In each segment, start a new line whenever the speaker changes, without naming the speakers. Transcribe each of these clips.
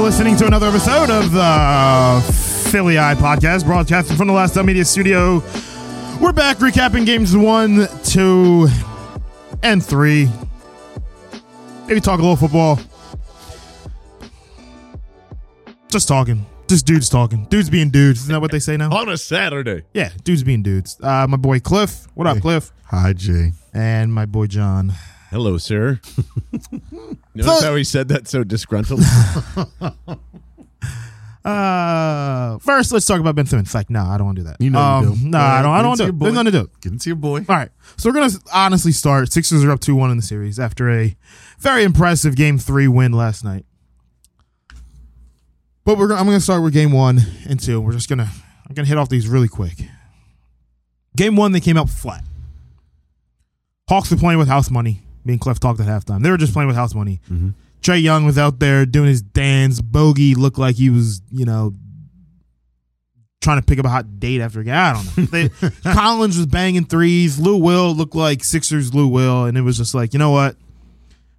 listening to another episode of the Philly Eye Podcast, broadcasting from the Last Dumb Media Studio. We're back recapping games one, two, and three. Maybe talk a little football. Just talking. Just dudes talking. Dudes being dudes. Isn't that what they say now?
on a Saturday.
Yeah, dudes being dudes. Uh, my boy Cliff. What up, Cliff?
Hi, Jay.
And my boy John.
Hello, sir. Notice how he said that so disgruntled.
Uh, first, let's talk about Ben Simmons. Like, nah, I don't want to do that.
You know you
um,
do.
No,
All
I don't. I
right,
don't want
it's
to
your
do. it.
boy.
They're gonna do it.
Get into your boy.
All right, so we're gonna honestly start. Sixers are up two one in the series after a very impressive game three win last night. But we're gonna, I'm gonna start with game one and two. We're just gonna I'm gonna hit off these really quick. Game one, they came out flat. Hawks were playing with house money. Me and Clef talked at halftime. They were just playing with house money. Trey Young was out there doing his dance. Bogey looked like he was, you know, trying to pick up a hot date after a game. I don't know. They, Collins was banging threes. Lou Will looked like Sixers Lou Will, and it was just like, you know what?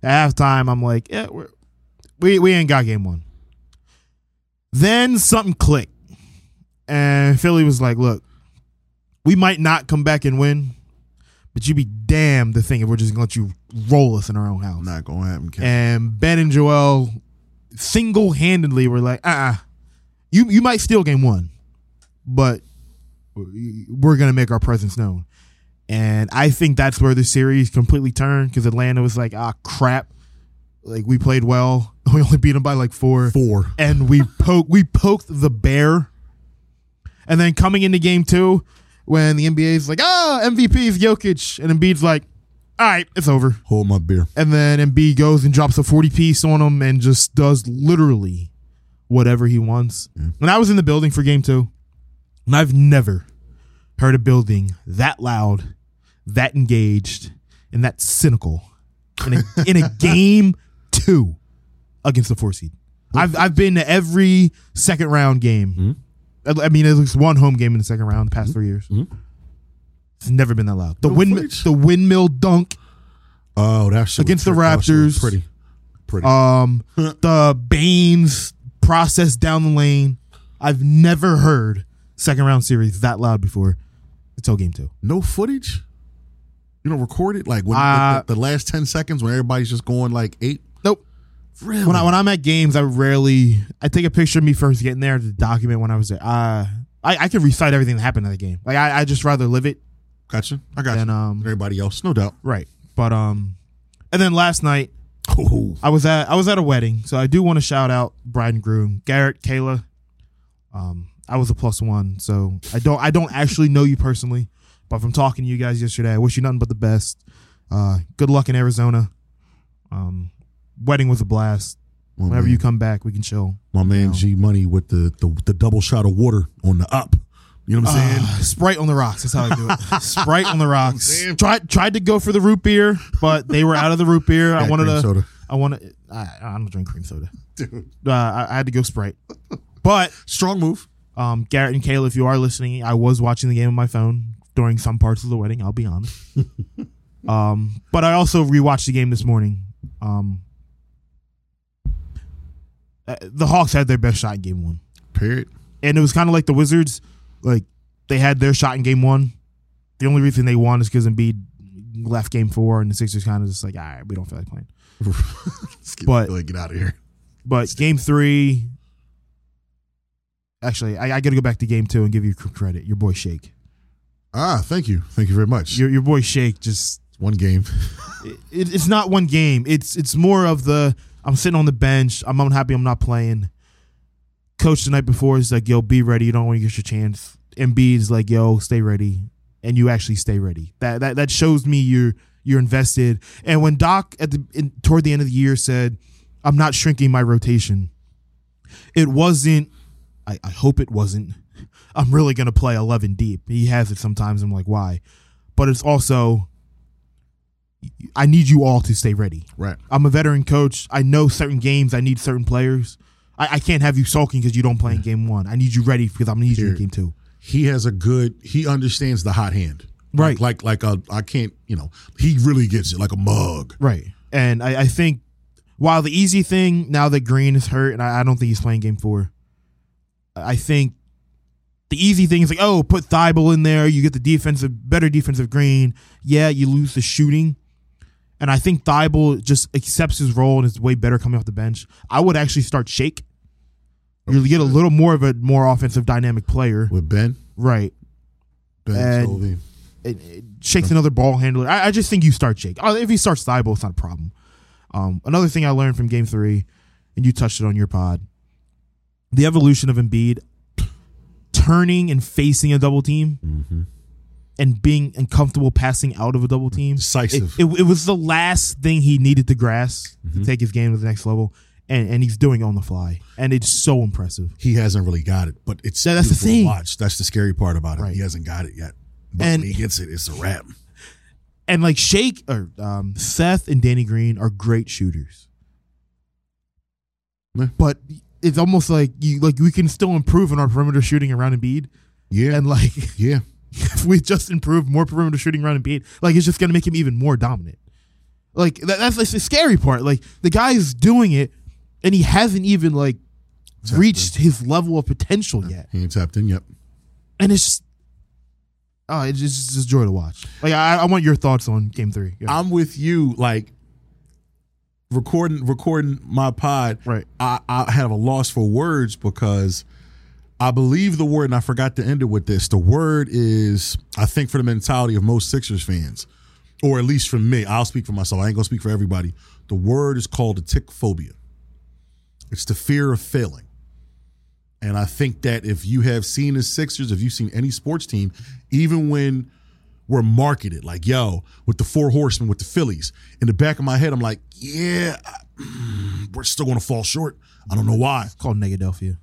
At halftime, I'm like, yeah, we're, we we ain't got game one. Then something clicked, and Philly was like, look, we might not come back and win, but you'd be damned to think if we're just gonna let you roll us in our own house.
Not gonna happen. Ken.
And Ben and Joel single handedly were like, uh uh you, you might steal game one, but we're going to make our presence known. And I think that's where the series completely turned because Atlanta was like, ah, crap. Like, we played well. We only beat them by like four.
Four.
And we, poke, we poked the bear. And then coming into game two, when the NBA's like, ah, MVP's Jokic. And Embiid's like, all right, it's over.
Hold my beer.
And then Embiid goes and drops a 40 piece on him and just does literally whatever he wants. And I was in the building for game two, and I've never heard a building that loud, that engaged, and that cynical in a, in a game two against the four seed. I've, I've been to every second round game. I, I mean, at least one home game in the second round the past three years. It's never been that loud. The, windmill,
footage.
the windmill dunk.
Oh, that shit was
Against the
pretty- that shit was
Raptors.
Pretty. Pretty.
um the Baines process down the lane. I've never heard second round series that loud before until game two.
no footage. You don't record it like when
Uh,
the, the last ten seconds when everybody's just going like eight.
Nope.
Really?
When I when I'm at games, I rarely I take a picture of me first getting there to document when I was there. Uh I, I can recite everything that happened in the game. Like I, I just rather live it
gotcha. I got
than
you.
um
Everybody else, no doubt.
right. But um and then last night
Oh,
I was at I was at a wedding, so I do want to shout out bride and groom Garrett, Kayla. Um, I was a plus one, so I don't I don't actually know you personally, but from talking to you guys yesterday, I wish you nothing but the best. Uh, good luck in Arizona. Um, wedding was a blast.
my
Whenever
Oh, man,
you come back, we can chill.
my man G Money with the, the the double shot of water on the up. You know what I'm saying?
Uh, Sprite on the rocks. That's how I do it. Sprite on the rocks.
Damn.
Tried tried to go for the root beer, but they were out of the root beer. I
Got
wanted
cream
to.
soda.
I wanted. I, I don't drink cream soda.
Dude,
Uh, I, I had to go Sprite, but
strong move.
Um, Garrett and Kayla, if you are listening, I was watching the game on my phone during some parts of the wedding. I'll be honest. um, but I also rewatched the game this morning. Um, uh, the Hawks had their best shot in game one,
Period.
and it was kind of like the Wizards. Like they had their shot in game one. The only reason they won is because Embiid left game four, and the Sixers kind of just like, all right, we don't feel like playing.
Let's get,
But-
like, get out of here.
But game three, actually, I, I got to go back to game two and give you credit. Your boy Shake.
Ah, thank you, thank you very much.
your your boy Shake just
One game.
it, it's not one game. It's it's more of the I'm sitting on the bench. I'm unhappy. I'm not playing. Coach the night before is like, "Yo, be ready. You don't want to get your chance." Embiid's like, "Yo, stay ready," and you actually stay ready. That that that shows me you're you're invested. And when Doc at the in, toward the end of the year said, "I'm not shrinking my rotation," it wasn't. I, I hope it wasn't. I'm really gonna play 11 deep. He has it sometimes. I'm like, why? But it's also I need you all to stay ready.
Right.
I'm a veteran coach. I know certain games. I need certain players. I, I can't have you sulking because you don't play in game one. I need you ready because I'm gonna need you in
Period.
game two.
he has a good he understands the hot hand
Right.
like like, like a, i can't you know he really gets it like a mug
Right. And I, I think while the easy thing now that Green is hurt and I, I don't think he's playing game four, I think the easy thing is like, oh, put Thibault in there. You get the defensive, better defensive Green. Yeah, you lose the shooting. And I think Thibault just accepts his role and is way better coming off the bench. I would actually start Shake. You get a little more of a more offensive dynamic player,
with Ben.
right?
Ben
And-
Stovey.
it, it Shake's another ball handler. I, I just think you start Shake. Uh, If he starts Thibault, it's not a problem. Um, another thing I learned from Game Three, and you touched it on your pod, the evolution of Embiid turning and facing a double team, and being uncomfortable passing out of a double team.
Decisive.
It, it, it was the last thing he needed to grasp to take his game to the next level, and and he's doing it on the fly, and it's so impressive.
He hasn't really got it, but it's
Yeah, that's the
beautiful to
thing.
Watch. That's the scary part about it.
Right.
He hasn't got it yet. But
And-
when he gets it, it's a wrap.
and like Shake or um, Seth and Danny Green are great shooters,
Yeah.
but it's almost like you like we can still improve on our perimeter shooting around Embiid,
Yeah,
and like
yeah.
if we just improve more perimeter shooting around Embiid, like it's just gonna make him even more dominant. Like that, that's, that's the scary part. Like the guy is doing it, and he hasn't even like reached his level of potential yet,
He ain't tapped in. Yep.
and it's. Just, Oh, it's just, it's just joy to watch. Like I, I want your thoughts on Game Three. Yeah.
I'm with you. Like recording recording my pod.
Right.
I, I have a loss for words because I believe the word, and I forgot to end it with this. The word is, I think, for the mentality of most Sixers fans, or at least for me. I'll speak for myself. I ain't gonna speak for everybody. The word is called a tick phobia. It's the fear of failing. And I think that if you have seen the Sixers, if you've seen any sports team, even when were marketed. Like, yo, with the four horsemen, with the Phillies. In the back of my head, I'm like, yeah, I- mm, we're still gonna fall short. I don't know why.
It's called Negadelphia.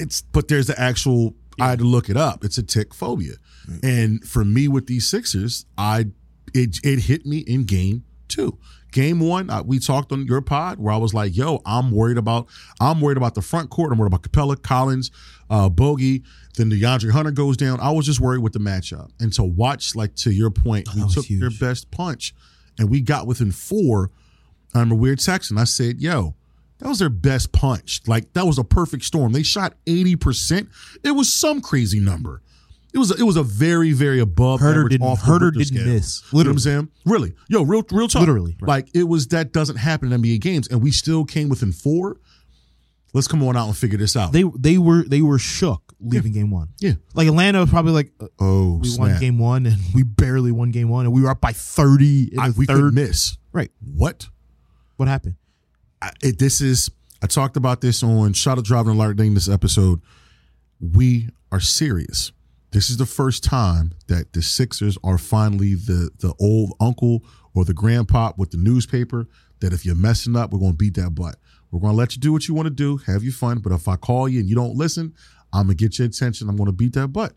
It's but there's the actual I had to look it up. It's a tick phobia.
Mm.
And for me with these Sixers, I it it hit me in game two. Game one, I, we talked on your pod where I was like, "Yo, I'm worried about I'm worried about the front court. I'm worried about Capella, Collins, uh, Bogey. Then DeAndre Hunter goes down. I was just worried with the matchup. And to watch, like to your point,
Oh,
we
that was
took
huge.
their best punch, and we got within four. I'm a weird Texan. I said, yo, that was their best punch. Like that was a perfect storm. They shot 80%. It was some crazy number. It was a, it was a very, very above
Herter
average
didn't-
off the
Herter
Richter
didn't
scale.
miss.
You know what I'm saying? Really. Yo, real real talk.
Literally, right.
Like it was that doesn't happen in NBA games. And we still came within four. Let's come on out and figure this out.
They they were they were shook leaving game one.
yeah.
Like Atlanta was probably like uh,
Oh,
we
snap.
won game one and we barely won game one and we were up by thirty in
I-
the
we could
third.
miss.
Right.
What?
What happened?
I, it, this is I talked about this on Shot of Driving Alert Ding this episode. We are serious. This is the first time that the Sixers are finally the the old uncle or the grandpa with the newspaper that if you're messing up, we're gonna beat that butt. We're gonna let you do what you want to do, have your fun. But if I call you and you don't listen, I'm gonna get your attention. I'm gonna beat that butt.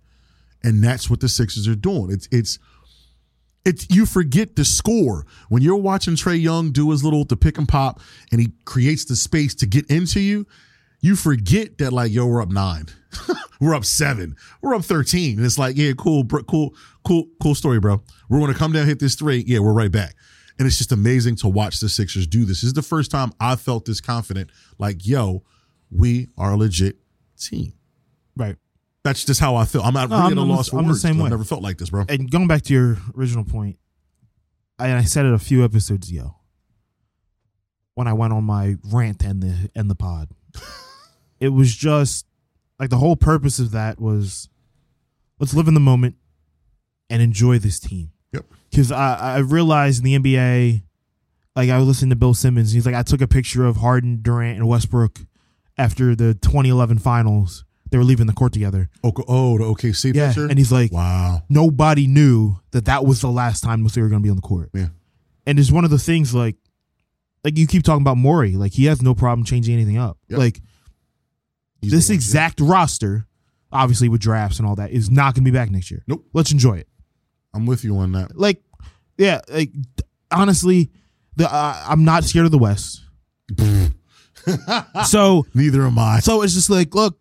And that's what the Sixers are doing. It's it's it's you forget the score when you're watching Trey Young do his little the pick and pop, and he creates the space to get into you. You forget that like yo, we're up nine, we're up seven, we're up thirteen, and it's like yeah, cool, bro, cool, cool, cool story, bro. We're gonna come down, hit this three, yeah, we're right back. And it's just amazing to watch the Sixers do this. This is the first time I felt this confident. Like yo, we are a legit team.
Right.
That's just how I feel. I'm not
No,
really
I'm
at a
the-
loss for
I'm the
words.
same
'cause
way.
I've never felt like this, bro.
And going back to your original point, I, I said it a few episodes ago when I went on my rant and the and the pod. it was just like the whole purpose of that was let's live in the moment and enjoy this team.
Yep.
because I, I realized in the NBA, like I was listening to Bill Simmons, he's like, I took a picture of Harden, Durant, and Westbrook after the 2011 Finals. They were leaving the court together.
Oh, oh, the OKC
Yeah,
picture.
and he's like,
wow.
nobody knew that that was the last time they were going to be on the court.
Yeah.
and it's one of the things like, like you keep talking about Maury, like he has no problem changing anything up.
Yep.
Like
He's
this
the one,
exact roster, obviously with drafts and all that, is not going to be back next year.
Nope.
let's enjoy it.
yeah. I'm with you on that.
like yeah like honestly the uh, i'm not scared of the west so
Neither am I.
so it's just like look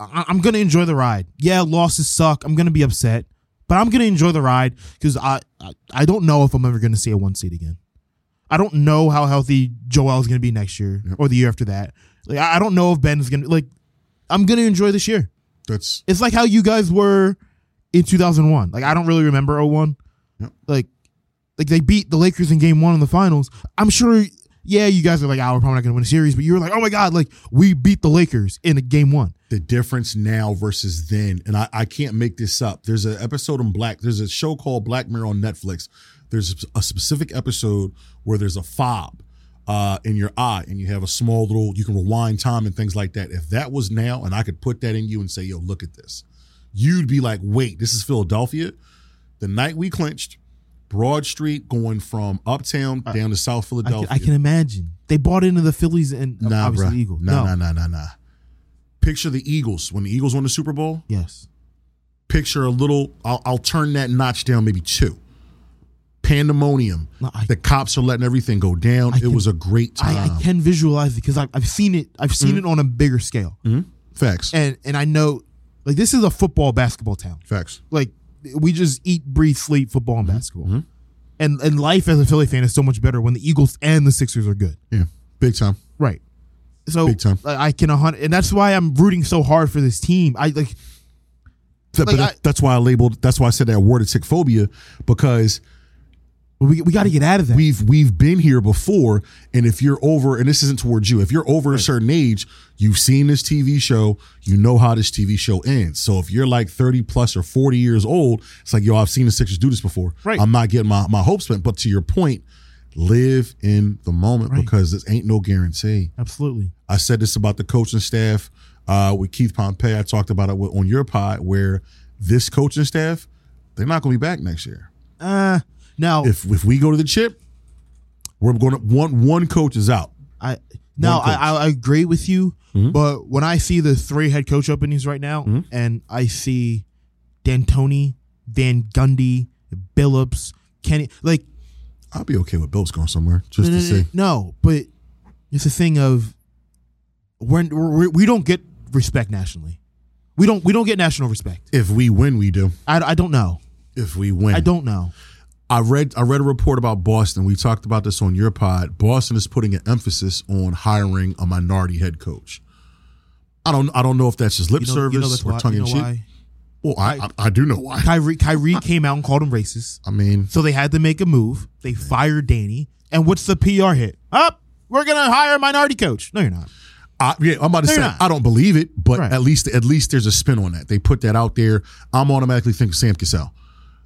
I- i'm gonna enjoy the ride yeah losses suck i'm gonna be upset but i'm gonna enjoy the ride because I, I i don't know if i'm ever gonna see a one seed again I don't know how healthy Joel is going to be next year
Yep.
or the year after that. Like I I don't know if Ben's going to like. I'm going to enjoy this year.
That's
It's like how you guys were in 2001. Like I don't really remember 01.
Yep.
Like like they beat the Lakers in game 1 in the finals. I'm sure yeah, you guys are like, "Oh, we're probably not going to win a series," but you were like, "Oh my god, like we beat the Lakers in a game 1."
the difference now versus then. And I, I can't make this up. There's an episode on Black, there's a show called Black Mirror on Netflix. There's a specific episode where there's a fob uh, in your eye and you have a small little, you can rewind time and things like that. If that was now and I could put that in you and say, yo, look at this, you'd be like, wait, this is Philadelphia. The night we clinched, Broad Street going from uptown down to South
Uh, I can,
Philadelphia.
I can imagine. They bought into the Phillies and
Nah,
obviously
bruh.
the Eagles.
Nah,
no.
nah, nah, nah, nah. Picture the Eagles when the Eagles won the Super Bowl.
Yes.
Picture a little. I'll, I'll turn that notch down maybe two. Pandemonium.
No, I-
the cops are letting everything go down.
I
it
can-
was a great time.
I, I can visualize it because I've, I've seen it. I've
Mm-hmm.
seen it on a bigger scale,
Facts.
and and I know, like this is a football basketball town.
Facts.
Like we just eat, breathe, sleep football
Mm-hmm.
and basketball, and and life as a Philly fan is so much better when the Eagles and the Sixers are good.
Yeah. Big time.
Right. So
Big time.
I I can a hundred, and that's why I'm rooting so hard for this team. I like
Th-
Like,
but that-
I-
that's why I labeled. That's why I said that word of phobia because
we we got to get out of that.
we've we've been here before and if you're over and this isn't towards you if you're over a certain age you've seen this tv show you know how this tv show ends so if you're like 30 plus or 40 years old it's like yo i've seen the sixers do this before
Right.
i'm not getting my, my hopes spent but to your point live in the moment
Right.
because this ain't no guarantee
Absolutely.
I said this about the coaching staff uh, with Keith Pompey. I talked about it with, on your pod where this coaching staff, they're not going to be back next year.
Uh now
If if we go to the chip, we're going to one one coach is out.
I no,
coach. Mm-hmm.
I, I I agree with you. But when I see the three head coach openings right now, and I see D'Antoni, Van Gundy, Billups, Kenny, like
I'll be okay with Bills going somewhere
no,
just to
no, no,
see.
no, but it's a thing of when we we don't get respect nationally. We don't we don't get national respect.
If we win, we do.
I, I don't know.
If we win,
I don't know.
I read I read a report about Boston. We talked about this on your pod. Boston is putting an emphasis on hiring a minority head coach. I don't I don't know if that's just lip
You know,
service
you know that's
or
why-
tongue
you know
in cheek.
why?
Well, I, I I do know why.
Kyrie Kyrie came out and called him racist.
I mean,
So they had to make a move. They fired Danny. And what's the PR hit? Up, we're gonna hire a minority coach. No, you're not.
I, yeah, I'm about to
They're
say
not.
I don't believe it, but
Right.
at least at least there's a spin on that. They put that out there. I'm automatically thinking Sam Cassell.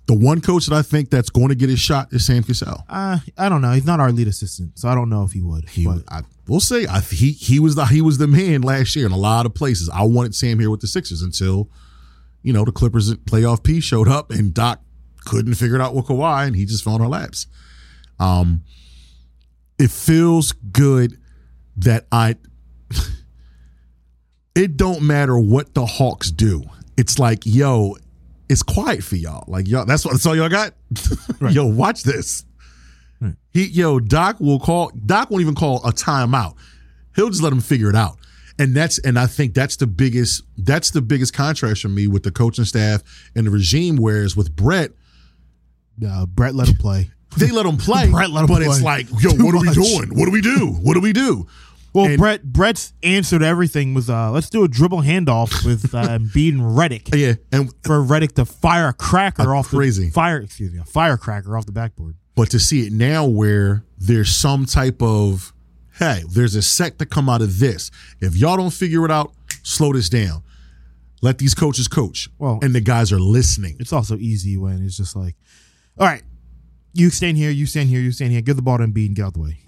The one coach that I think that's going to get his shot is Sam Cassell.
Uh, I don't know. He's not our lead assistant, so I don't know if he would.
He,
but
I, we'll say I, he he was the he was the man last year in a lot of places. I wanted Sam here with the Sixers until, you know, the Clippers playoff P showed up and Doc couldn't figure it out with Kawhi and he just fell on our laps. Um, it feels good that I. it don't matter what the Hawks do. It's like yo, it's quiet for y'all. Like y'all, that's what that's all y'all got. Yo, watch this. He yo, Doc will call Doc won't even call a timeout. He'll just let him figure it out. And that's and I think that's the biggest that's the biggest contrast for me with the coaching staff and the regime. Whereas with Brett,
uh, Brett let him play.
they let him play,
Brett let him
but
play.
it's like, yo,
Too
what are we
much.
doing? What do we do? What do we do?
Well,
And-
Brett Brett's answer to everything was uh, let's do a dribble handoff with uh, Embiid and Reddick
Yeah, and
for Reddick to fire a cracker off
crazy.
the fire. Excuse me, a firecracker off the backboard.
but to see it now where there's some type of hey there's a sect to come out of this if y'all don't figure it out slow this down let these coaches coach
Well-
and the guys are listening
It's also easy when it's just like, all right, you stand here, you stand here, you stand here. Give the ball to Embiid and get out the way.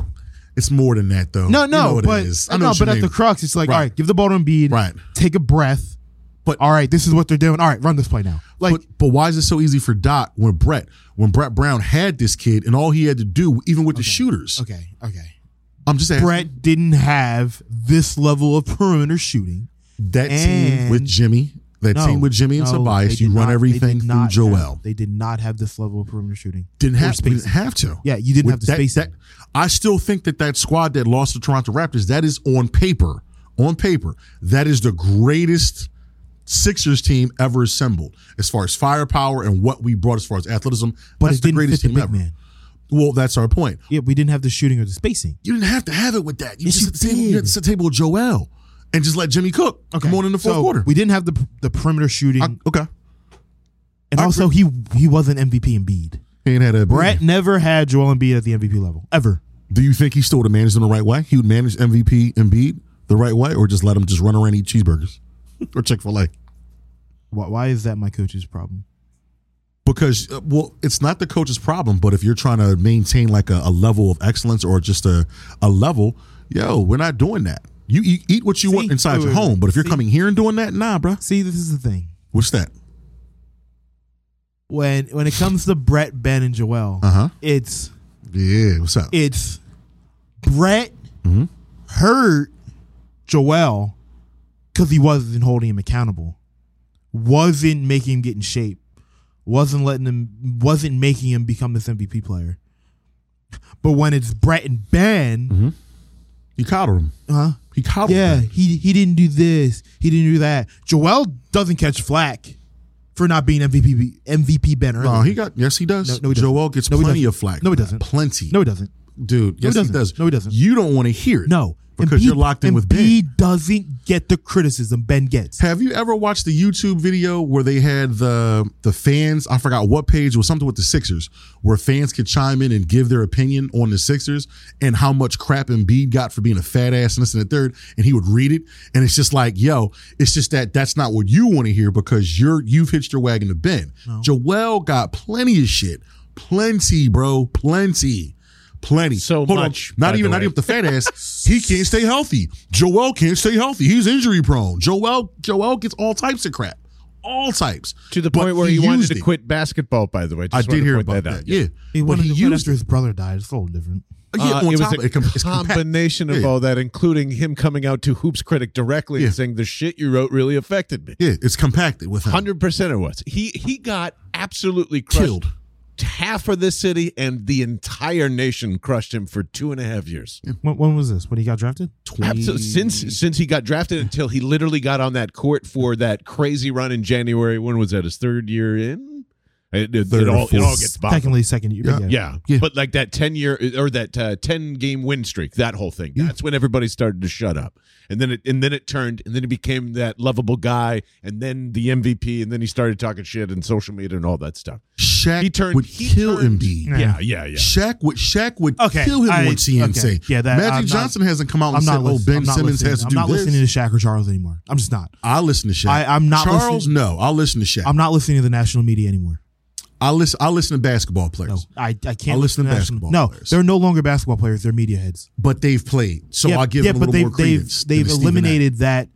it's more than that though
No,
Oh, You
no,
know what
but
it is.
no,
what
but
you
at the
mean.
crux, it's like,
Right.
all right, give the ball to Embiid,
Right.
Take a breath,
But-
all right, this is what they're doing. All right, run this play now. Like,
but, but why is it so easy for Doc when Brett when Brett Brown had this kid and all he had to do even with the shooters
okay, okay.
I'm just asking
Brett didn't have this level of perimeter shooting.
that team
and-
with Jimmy that
No,
team with Jimmy and
no, they
Tobias
did
you run
not- they
everything
did
through
not
Joel
have- they did not have this level of perimeter shooting.
didn't
Or
have we didn't
spacing.
have to
Yeah, you didn't
With
have the
that-
spacing.
that- I still think that that squad that lost to Toronto Raptors, that is on paper, on paper, that is the greatest Sixers team ever assembled as far as firepower and what we brought as far as athleticism.
but
that's
it didn't
the greatest
fit the
team
big
ever.
man.
Well, that's our point.
Yeah, we didn't have the shooting or the spacing.
You didn't have to have it with that. You
Yes,
just
you
at the table,
did.
you just at the table with Joel and just let Jimmy cook. Come on in the fourth
So,
quarter.
We didn't have the the perimeter shooting,
I- okay.
and
I
also he he wasn't MVP in Embiid.
He ain't had a
Brett never had Joel Embiid at the MVP level ever.
Do you think he still would have managed him the right way? He would manage MVP Embiid the right way, or just let him just run around and eat cheeseburgers or Chick Fil A?
Why, why is that my coach's problem?
Because uh, well, it's not the coach's problem, but if you're trying to maintain like a, a level of excellence or just a a level, yo, we're not doing that. You eat, eat what you
See?
want inside
Wait,
your
wait,
home,
wait.
but if you're
See?
coming here and doing that, nah, bruh.
See, this is the thing
What's that?
when when it comes to Brett, Ben, and Joel,
Uh-huh.
it's
Yeah, what's up?
it's Brett hurt Joel because he wasn't holding him accountable, wasn't making him get in shape, wasn't letting him, wasn't making him become this MVP player. But when it's Brett and Ben,
Mm-hmm. he coddled him.
huh?
He coddled.
Uh-huh. Yeah,
him.
he he didn't do this, he didn't do that. Joel doesn't catch flack for not being MVP MVP Ben earlier.
No, Uh, he got. Yes, he does.
No, no, he doesn't.
Joel gets
No, he
plenty
doesn't.
of flack.
No, he
for that.
doesn't.
Plenty.
no, he doesn't.
dude. Yes, he
doesn't.
does.
No, he doesn't.
You don't want to hear it.
No,
because
Embiid-
you're locked in with Ben.
Embiid doesn't get the criticism Ben gets.
Have you ever watched the YouTube video where they had the the fans? I forgot what page it was something with the Sixers, where fans could chime in and give their opinion on the Sixers and how much crap Embiid got for being a fat ass and this and the third, and he would read it, and it's just like, yo, it's just that that's not what you want to hear because you're you've hitched your wagon to Ben. Joel got plenty of shit, plenty, bro, plenty. Plenty.
So
Hold
much,
On. Not
by the
even, not
way.
even the fat ass. he can't stay healthy. Joel can't stay healthy. He's injury prone. Joel, Joel gets all types of crap, all types.
To the
But
point where he, wanted
used
to
it.
quit basketball. By the way,
I
Just wanted
did
to
hear
point
about that.
out.
Yeah,
He
but
wanted
he
to quit
used
after his brother died. It's a little different.
it. Yeah,
Uh,
on
it
top
was
of
a
it, com- it's compact.
combination of
Yeah.
all that, including him coming out to Hoops Critic directly
Yeah.
and saying the shit you wrote really affected me.
Yeah, it's compacted with him.
Hundred percent it was. He he got absolutely crushed.
killed.
Half of this city and the entire nation crushed him for two and a half years.
When, when was this? When he got drafted?
Absolutely. Since since he got drafted until he literally got on that court for that crazy run in January. When was that? His third year in. Uh, It, it-
Third
it
or
all, it all
fourth.
gets bottled.
Secondly, second year. but
Yeah.
Yeah.
But like that 10 year or that uh, 10 game win streak, that whole thing. That's when everybody started to shut up. And then it and then it turned and then he became that lovable guy and then the MVP and then he started talking shit and social media and all that stuff.
Shaq
He turned-
would
he
kill
turned-
Embiid.
Yeah.
Yeah, yeah, yeah.
Shaq would Shaq would
Okay,
kill him
I-
on TNC.
okay. Yeah, that-
Magic
I'm not-
Johnson hasn't come out and
I'm
said,
not.
"Oh,
listening-
Ben
I'm not
Simmons
listening.
has to
I'm
do
not
this."
listening to Shaq or Charles anymore. I'm just not.
I listen to Shaq.
I- I'm not
Charles.
listening-
No, I listen to Shaq.
I'm not listening to the national media anymore.
I listen. I listen to basketball players.
No, I, I can't.
I'll listen to
national-
basketball
No,
players.
they're no longer basketball players. They're media heads.
but they've played. So I'll give them a
but
little
they've
more credence.
they've,
than
they've
Stephen A.
eliminated that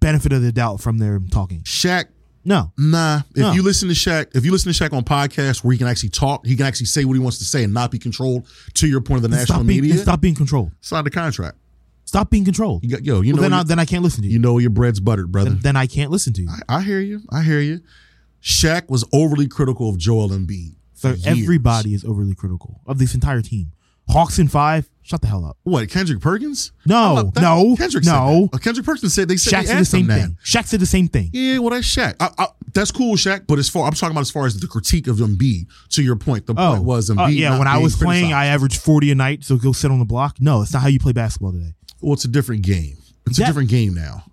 benefit of the doubt from their talking.
Shaq.
No,
Nah, if
No.
you listen to Shaq, if you listen to Shaq on podcasts where he can actually talk, he can actually say what he wants to say and not be controlled. To your point of the national
stop being
media,
stop being controlled.
sign the contract.
Stop being controlled.
You got, yo, you
Well,
know,
then I
your,
then I can't listen to
you
you.
know your bread's buttered, brother.
Then, then I can't listen to you.
I, I hear you. I hear you. Shaq was overly critical of Joel Embiid.
So
for years.
everybody is overly critical of this entire team. Hawks in five, shut the hell up.
What Kendrick Perkins?
No,
I'm not-
no,
Kendrick
no.
Said that. Uh, Kendrick Perkins said they said
Shaq
they
said the
asked him
same
that.
thing. Shaq said the same thing.
Yeah, well, that's Shaq. I, I, that's cool, Shaq. But as far I'm talking about, as far as the critique of Embiid, to your point, the
Oh,
point was Embiid.
uh, yeah.
not
When I
being
was playing,
criticized.
I averaged forty a night. So go sit on the block. No, it's not how you play basketball today.
well, it's a different game. It's
That-
a different game now.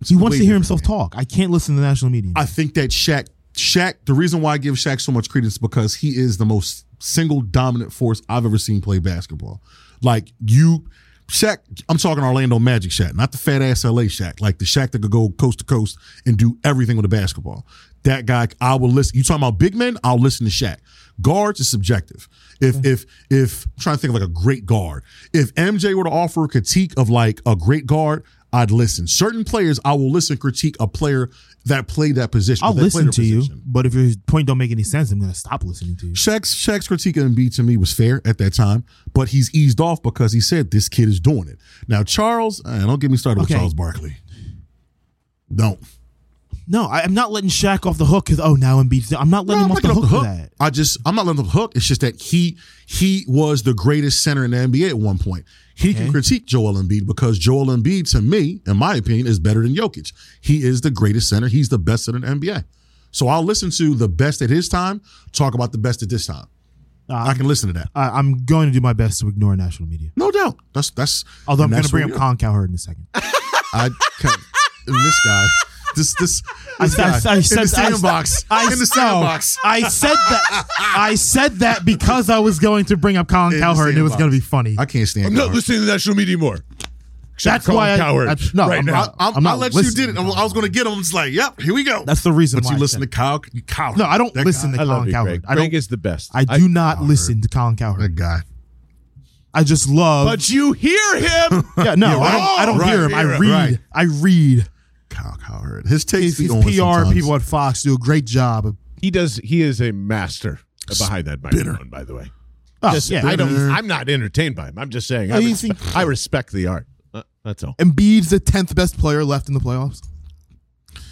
It's
He
a
wants
way
to hear
different
himself
game.
talk. I can't listen to the national media.
I think that Shaq, Shaq. The reason why I give Shaq so much credence is because he is the most single dominant force I've ever seen play basketball. Like you, Shaq. I'm talking Orlando Magic Shaq, not the fat ass LA Shaq. Like the Shaq that could go coast to coast and do everything with a basketball. That guy, I will listen. You talking about big men? I'll listen to Shaq. Guards is subjective. If if if I'm trying to think of like a great guard. If MJ were to offer a critique of like a great guard, I'd listen. Certain players, I will listen critique a player that played that position.
I'll
that
listen
played their
to you,
position.
but if your point don't make any sense, I'm gonna stop listening to you.
Shaq's, Shaq's critique of Embiid to me was fair at that time, but he's eased off because he said this kid is doing it. Now Charles, eh, don't get me started with
Okay.
Charles Barkley. Don't.
No, I, am not letting Shaq off the hook because oh now Embiid's. I'm not letting
No,
him
I'm
off the
not
hook
getting
for
off the
that.
I just I'm not letting him off the hook. It's just that he he was the greatest center in the NBA at one point. He
Okay.
can critique Joel Embiid because Joel Embiid, to me, in my opinion, is better than Jokic. He is the greatest center. He's the best center in the NBA. So I'll listen to the best at his time, talk about the best at this time. I can listen to that.
I, I'm going to do my best to ignore national media.
No doubt. That's that's.
Although I'm going
and
to
that's
bring up
what
Colin Cowherd in a second.
we are. I cut- and this guy. This this. this
I- I-
guy,
I
in
said-
the
I-
sandbox.
I, oh.
in the sandbox.
no, I said that. I said that because I was going to bring up Colin
In the
Cowherd and it was
sandbox.
going to be funny.
I can't stand.
I'm
Cowherd.
not listening to national media more. Except
That's
Colin
why I-
Cowherd
that's- no,
right
I'm
now.
not-
Oh, I'm,
I'm
I'm, i let you
listening
did it.
to
I was- I was going to get him. It's like, yep, here we go.
That's the reason.
but
why
you
I
listen to
said
Kyle. Kyle.
it. No, I don't
that
listen
guy.
to
I love
Colin
you,
Cowherd.
Greg.
I
Greg
don't.
is the best.
I do not listen to Colin Cowherd.
That guy.
I just love.
But you hear him.
yeah, no,
Yeah, right.
I don't. I don't
Right,
hear him. I
hear him.
read.
Right.
I read.
Kyle Cowherd. His takes.
His,
be
his
on
PR
sometimes.
people at Fox do a great job. Of,
he does. He is a master behind that microphone. By the way,
oh,
Just-
yeah,
I don't.
Spinner.
I'm not entertained by him. I'm just saying. I,
Oh, you
respe-
think-
I respect the art. Uh, that's all.
Embiid's the tenth best player left in the playoffs.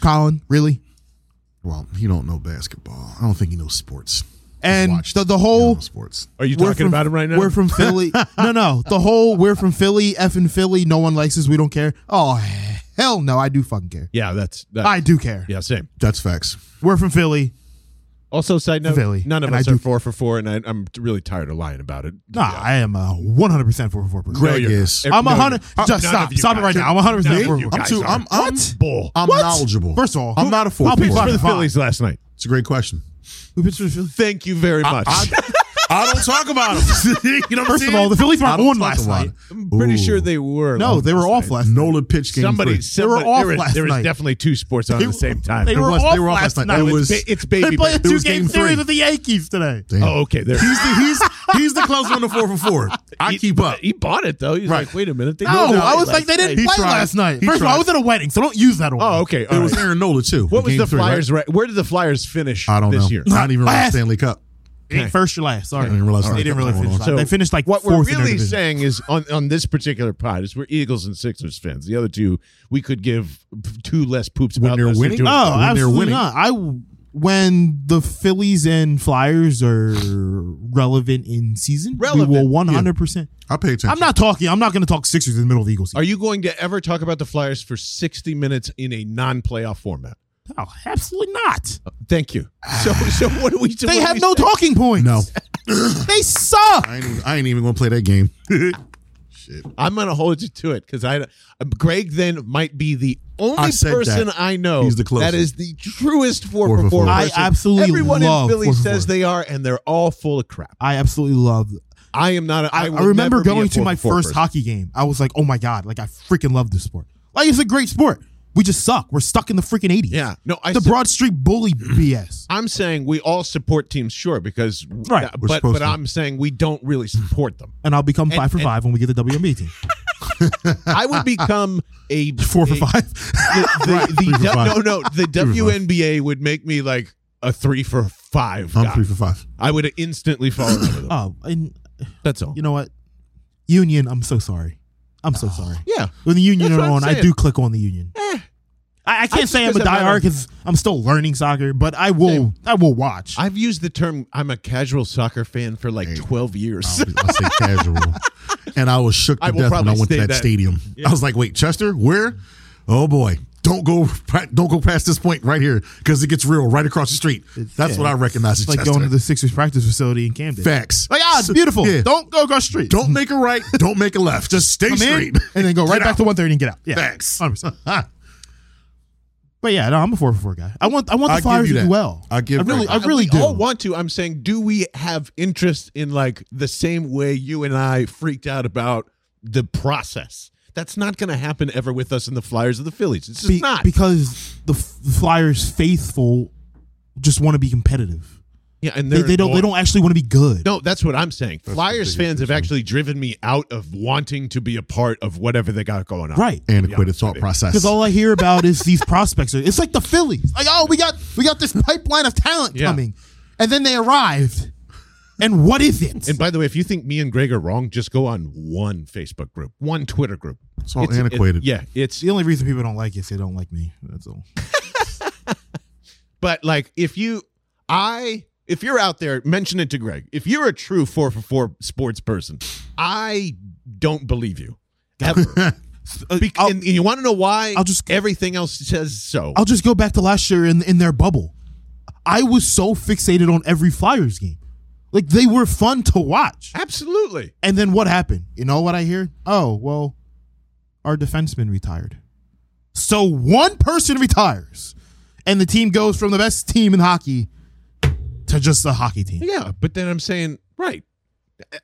Colin, really?
Well, he don't know basketball. I don't think he knows sports.
And
watched
the, the
He don't
whole
know sports.
Are you
We're
talking
from-
about him right now?
We're from Philly. no, no. The whole we're from Philly, F in Philly, no one likes us, we don't care. Oh hell no, I do fucking care.
yeah, that's. That,
I do care.
yeah, same.
That's facts.
We're from Philly.
Also, side note,
Philly.
none of
And
us
I
are
do-
four for four, and I, I'm really tired of lying about it.
Nah, I am a one hundred percent for four percent.
No,
Greg
you're
is.
not.
I'm a
No,
hundred.
you're-
Just
Oh, none
stop.
of you
Stop it
guys
right
are.
now. I'm hundred
None
percent
of
for
you
four.
I'm
guys
too.
are.
I'm. I'm
bull.
I'm
What?
knowledgeable.
First of all,
I'm
who-
not a four.
I'll
for
pick
Pitch
four.
for the
Fine.
Phillies last night.
It's a great question.
Who pitched for the Phillies?
Thank you very much.
I don't talk about him. you know
First of all, the Phillies weren't on last night.
I'm pretty sure they were.
No, they were off last night.
Nolan pitch game.
Somebody,
three.
somebody,
off
there was-
last
there was
night.
definitely two sports on
They
at the
were-
same time.
They
It
were
was-
off
they were off
last
last
night.
night. It
It's
was-
ba- it's
They
baby.
play a
back.
It
two
was
game
game
series
three.
with the Yankees today.
Damn.
Oh, okay. There.
He's the he's he's the closer on the four for four. I
He-
keep up.
He bought it though. He's
Right.
like, wait a minute. They
No,
did
I
it
was
last
like, they didn't
night.
He
play
tried.
last night.
He
First of all, I
tried.
was at a wedding, so don't use that one.
Oh, okay.
it
all
was
right.
Aaron Nola too.
What was
Game
the
three, right?
Flyers? Right? Where did the Flyers finish?
I don't
this
know.
year?
I don't even remember
Last-
the Stanley Cup.
Ain't first or last. Sorry,
I didn't realize
they
that.
didn't really
Hold
finish.
on.
last. they finished like
what we're
fourth in their
really
division.
saying is on on this particular pod is we're Eagles and Sixers fans. The other two we could give p- two less poops
When
about
they're
unless they're
winning?
doing-
Oh,
they're
absolutely
winning.
not. I when the Phillies and Flyers are relevant in season,
Relevant,
we will one hundred percent.
I pay attention.
I'm not talking. I'm not going to talk Sixers in the middle of the Eagles.
Are
Season.
you going to ever talk about the Flyers for sixty minutes in a non-playoff format?
No, absolutely not.
Thank you. So, so what do we?
They have no talking points.
No,
they suck.
I ain't. Even, I ain't even gonna play that game.
I'm going to hold you to it because I, Greg, then might be the only
I said
person
that.
I know
He's the closest.
that is the truest four,
Four
for
for
four.
four.
I
person.
absolutely
everyone
love
in Philly
four for
says
four.
they are, and they're all full of crap.
I absolutely love.
I am not. A, I,
I,
will
I remember
never be a
going to
four
my
for four
first
person.
hockey game. I was like, oh my god, like I freaking love this sport. Like it's a great sport. We just suck. We're stuck in the freaking eighties.
Yeah, no, I.
the
said-
Broad Street bully BS.
I'm saying we all support teams, sure, because
Right.
uh,
We're
But
supposed
but
to.
I'm saying we don't really support them.
And I'll become five for
and-
five when we get the WNBA team.
I would become a
Four for
a-
five.
The, the, the
Three for
du-
five.
no, no, the
for five.
WNBA would make me like a three for five.
I'm
guy.
three for five.
I would have instantly fallen over them.
Oh, and
That's all.
you know what? Union, I'm so sorry. I'm so sorry.
yeah.
When the union
That's
are
what
on,
I'm
I
saying.
do click on the union.
Eh.
I, I can't
just
say I'm a
guess I'm not
diehard
a-
because I'm still learning soccer, but I will.
Same.
I will watch.
I've used the term I'm a casual soccer fan for like 12 years.
I say casual, and I was shook to
I will
death when I
probably
went to
stay
that,
that-
stadium. I was like, "Wait, Chester, where? Oh boy, don't go, pa- don't go past this point right here because it gets real right across the street." That's
yeah,
what I recognize.
it's
as
like
Chester.
going to the Sixers practice facility in Camden.
facts.
Like ah, it's
So-
beautiful.
yeah.
Don't go across the street.
Don't make a right. Don't make a left. Just stay
come in
straight.
and then go right
Get
back
out.
to 130 and get out. Yeah,
Facts.
100%. But yeah, no, I'm a four for four guy. I want. I want the
I give
Flyers
you
to
that.
do well.
I give
I really.
that. Oh,
I really
we
do.
all want to. I'm saying, do we have interest in like the same way you and I freaked out about the process? That's not going to happen ever with us and the Flyers or the Phillies. It's just
Be-
not.
because the F- Flyers faithful just want to be competitive.
yeah, and
They,
they're
they don't. They
annoying.
don't actually want to be good.
No, that's what I'm saying. Flyers fans have actually driven me out of wanting to be a part of whatever they got going on.
Right.
Antiquated thought
Because
process.
all I hear about is these prospects. Are, it's like the Phillies. Like, oh, we got we got this pipeline of talent
Yeah.
coming, and then they arrived, and what is it?
And by the way, if you think me and Greg are wrong, just go on one Facebook group, one Twitter group.
It's all antiquated.
It- yeah, it's
the only reason people don't like it is they don't like me. That's all.
but like if you I if you're out there, mention it to Greg. If you're a true four for four sports person, I don't believe you. Ever. Bec-
I'll-
and, and you want to know why?
I'll just-
everything else says so.
I'll just go back to last year in in their bubble. I was so fixated on every Flyers game. Like they were fun to watch.
Absolutely.
And then what happened? You know what I hear? Oh, well, our defenseman retired. So one person retires, and the team goes from the best team in hockey to just a hockey team.
Yeah, but then I'm saying, right.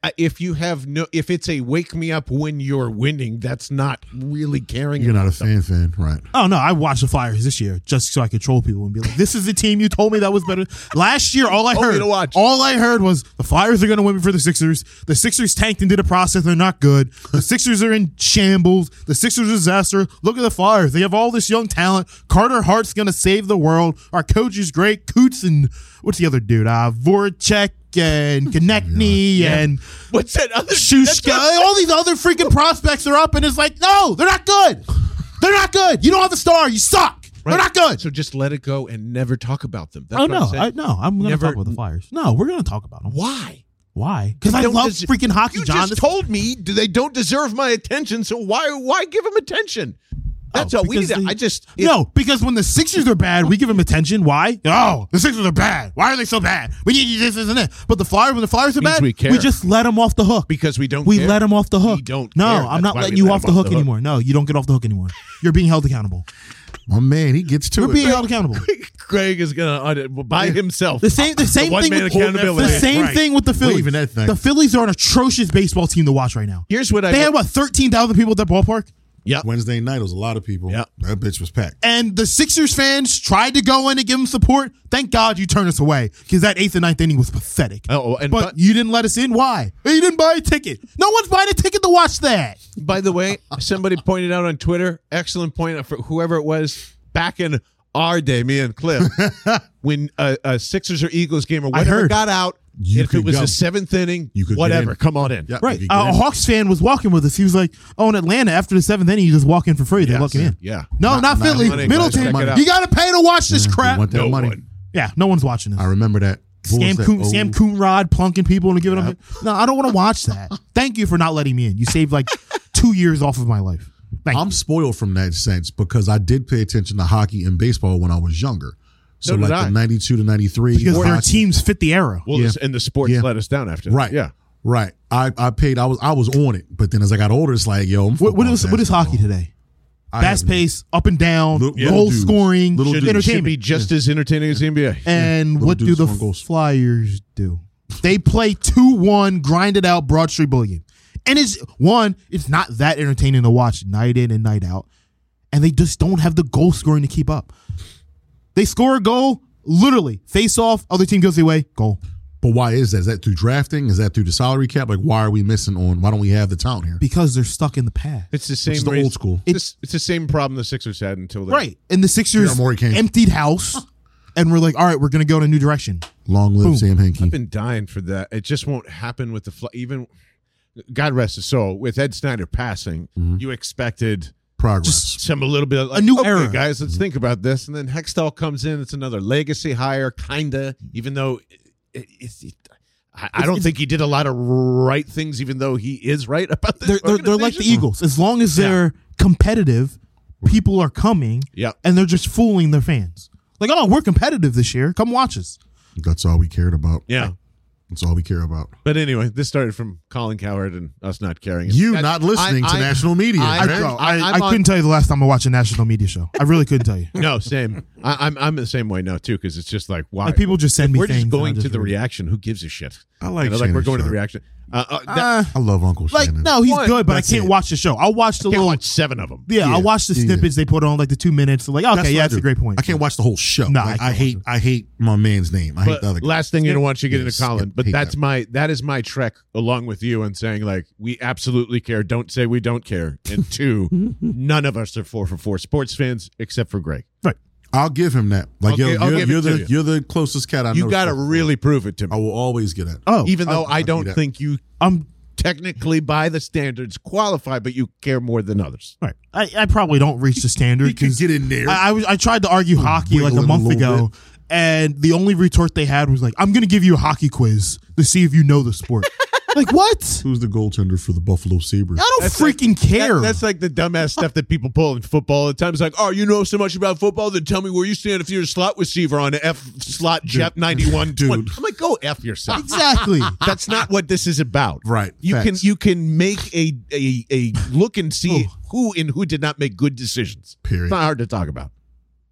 I- If you have no, if it's a wake me up when you're winning, that's not really caring.
You're not a
about
fan fan, right?
Oh no, I watched the Flyers this year just so I could troll people and be like, "This is the team you told me that was better." Last year, all I
Told me
heard,
to watch.
all I heard was the Flyers are going to win before the Sixers. The Sixers tanked into the process; they're not good. The Sixers are in shambles. The Sixers are a disaster. Look at the Flyers; they have all this young talent. Carter Hart's going to save the world. Our coach is great. Coots and what's the other dude? Uh, Voracek and Konechny and
them. What's that other that's
Shushka,
not-
all these other freaking prospects are up, and it's like, no, they're not good. They're not good. You don't have the star. You suck. They're
Right.
not good.
So just let it go and never talk about them. That's
oh
what I'm
no,
saying.
I, no, I'm gonna
Never-
talk about the Flyers. No, we're gonna talk about them.
Why?
Why? Because I
Don't
love
des-
freaking hockey,
You
John.
just told me d- they don't deserve my attention, so why why give them attention? That's all we need.
Oh, because
to-
they-
I just it-
no, because when the Sixers are bad, we give them attention. Why? Oh, the Sixers are bad. Why are they so bad? We need this, this, and that. But the Flyers, when the Flyers are
Means
bad,
we
we,
care.
just let them off the hook.
because we don't.
we
care.
let them off the hook.
We don't
No,
care.
I'm
That's
not
why
letting
we
you
let
off
'em
the hook anymore. No, you don't get off the hook anymore. You're being held accountable.
My man, he gets to
You're
it.
being held accountable.
Craig is gonna audit by himself.
The same, the same
one
thing.
man
With,
accountability.
The same
Right.
thing with the Phillies.
Waving that thing.
The Phillies are an atrocious baseball team to watch right now.
Here's what I
They had what thirteen thousand people at that ballpark,
Yep.
Wednesday night it was a lot of people.
Yep.
That bitch was packed.
and the Sixers fans tried to go in and give them support. Thank God you turned us away because that eighth and ninth inning was pathetic.
Oh, and
but, you didn't let us in. Why? You didn't buy a ticket. No one's buying a ticket to watch that.
By the way, somebody pointed out on Twitter, excellent point for whoever it was back in our day, me and Cliff, when a, a Sixers or Eagles game or whatever
heard.
got out.
You
if it
could
was
go.
the seventh inning,
You could get
whatever,
in.
come on in.
Yep,
Right.
you
Uh, a
get it.
Hawks fan was walking with us. He was like, "Oh, in Atlanta, after the seventh inning, you just walk in for free. They're walking in."
Yeah.
No, not,
not
Philly.
money,
Middleton.
guys. Check it out.
You got to pay to watch this crap.
You want that
No
money.
one.
Yeah, no one's watching this.
I remember that. What was
Sam
that Oh.
Coon,
old-
Sam Coonrod plunking people and giving them. No, I don't want to watch that. Thank you for not letting me in. You saved like two years off of my life. Thank
I'm
you.
spoiled from that sense because I did pay attention to hockey and baseball when I was younger. So
So did
like
I.
the 92 to 93
because their
hockey-
teams fit the era.
Well,
Yeah.
this- and the sports
Yeah.
let us down after that.
Right.
Yeah.
Right. I, I paid I was I was on it, but then as I got older it's like, yo, I'm
What, what
football,
is what is
basketball.
hockey today?
I have
Fast pace, up and down,
Little-
goal
little dudes.
scoring,
Little
Should,
dudes.
should be
entertainment.
just as entertaining as the NBA.
And
Little
what do
dudes
the
scoring goals.
Flyers do? They play two one, grinded out Broad Street Bullion, and it's one. It's not that entertaining to watch night in and night out, and they just don't have the goal scoring to keep up. They score a goal, literally face off. Other team goes the way, goal.
But why is that? Is that through drafting? Is that through the salary cap? Like, why are we missing on? Why don't we have the talent here?
because they're stuck in the past.
It's the same
the
reason-
old school.
It's, it's the same problem the Sixers had until they
Right. And the Sixers
Yeah, Maury came.
emptied house, and we're like, all right, we're going to go in a new direction.
Long live Sam
I've
Hinkie.
been dying for that. It just won't happen with the fl- even. God rest his soul. With Ed Snyder passing,
Mm-hmm.
you expected
Progress.
some a little bit of, like,
new
okay,
era.
guys. Let's think about this, and then Hextall comes in. It's another legacy hire, kinda. Even though it, it, it, I, I don't think he did a lot of right things, even though he is right about this.
They're, they're, they're like the
organization.
Eagles. As long as they're competitive, people are coming,
Yeah.
and they're just fooling their fans. Like, oh, we're competitive this year. Come watch us.
That's all we cared about.
Yeah,
That's all we care about.
but anyway, this started from Colin Coward and us not caring. it.
You
That's-
not listening
I-
to
I-
national media.
I-
man.
I-
Bro, I, I,
I'm on-
couldn't tell you the last time I watched a national media show. I really couldn't tell you.
No, same. I, I'm I'm the same way now too, because it's just like why
Like, people just send me
we're just
things and I
going
just
to the
read it.
reaction. Who gives a shit?
I like
You know, like we're
Shannon
going to the
Sharp.
reaction. Uh, uh, that,
Uh,
I love Uncle
like,
Shannon.
no, he's
One,
good, but I
that's
can't
it.
watch the show. I'll watch the
can't
little.
watch seven of them.
Yeah,
Yeah,
I'll watch the
yeah.
snippets they put on, like the two minutes. Like,
That's
okay,
what I
yeah, that's
do.
a great point.
I can't watch the whole show.
No, I
Like, I,
can't
hate. I hate my man's name. I hate
But
the other guy.
last thing you don't want you get into
Yeah, skip.
Colin, but
Hate
that's
that.
my that is my trek along with you and saying like we absolutely care. Don't say we don't care. And two, none of us are four for four sports fans except for Greg.
I'll give him that. Like
Okay,
yo,
I'll
you're,
give it
you're
to
the
you.
are the closest cat I know.
You got to really prove it to
I
me,
will always get that.
Oh,
even though
I'll-
I
I'll do
don't
that.
think you
I'm
technically by the standards qualify, but you care more than others.
Right. I, I probably don't reach the standard
He can
because
get in there.
I, I, was- I tried to argue hockey like
wiggle
a
it a
month
little
ago, and the only retort they had was like, "I'm going to give you a hockey quiz to see if you know the sport." like what?
Who's the goaltender for the Buffalo Sabres?
I don't
That's
freaking
That-
care.
that's like the dumbass stuff that people pull in football. At times, like, oh, you know so much about football, then tell me where you stand if you're a slot receiver on F slot Jep ninety one
Dude.
I'm like, go F yourself.
exactly.
That's not what this is about.
Right.
You
Facts.
can you can make a a, a look and see who and who did not make good decisions.
Period.
It's not hard to talk about.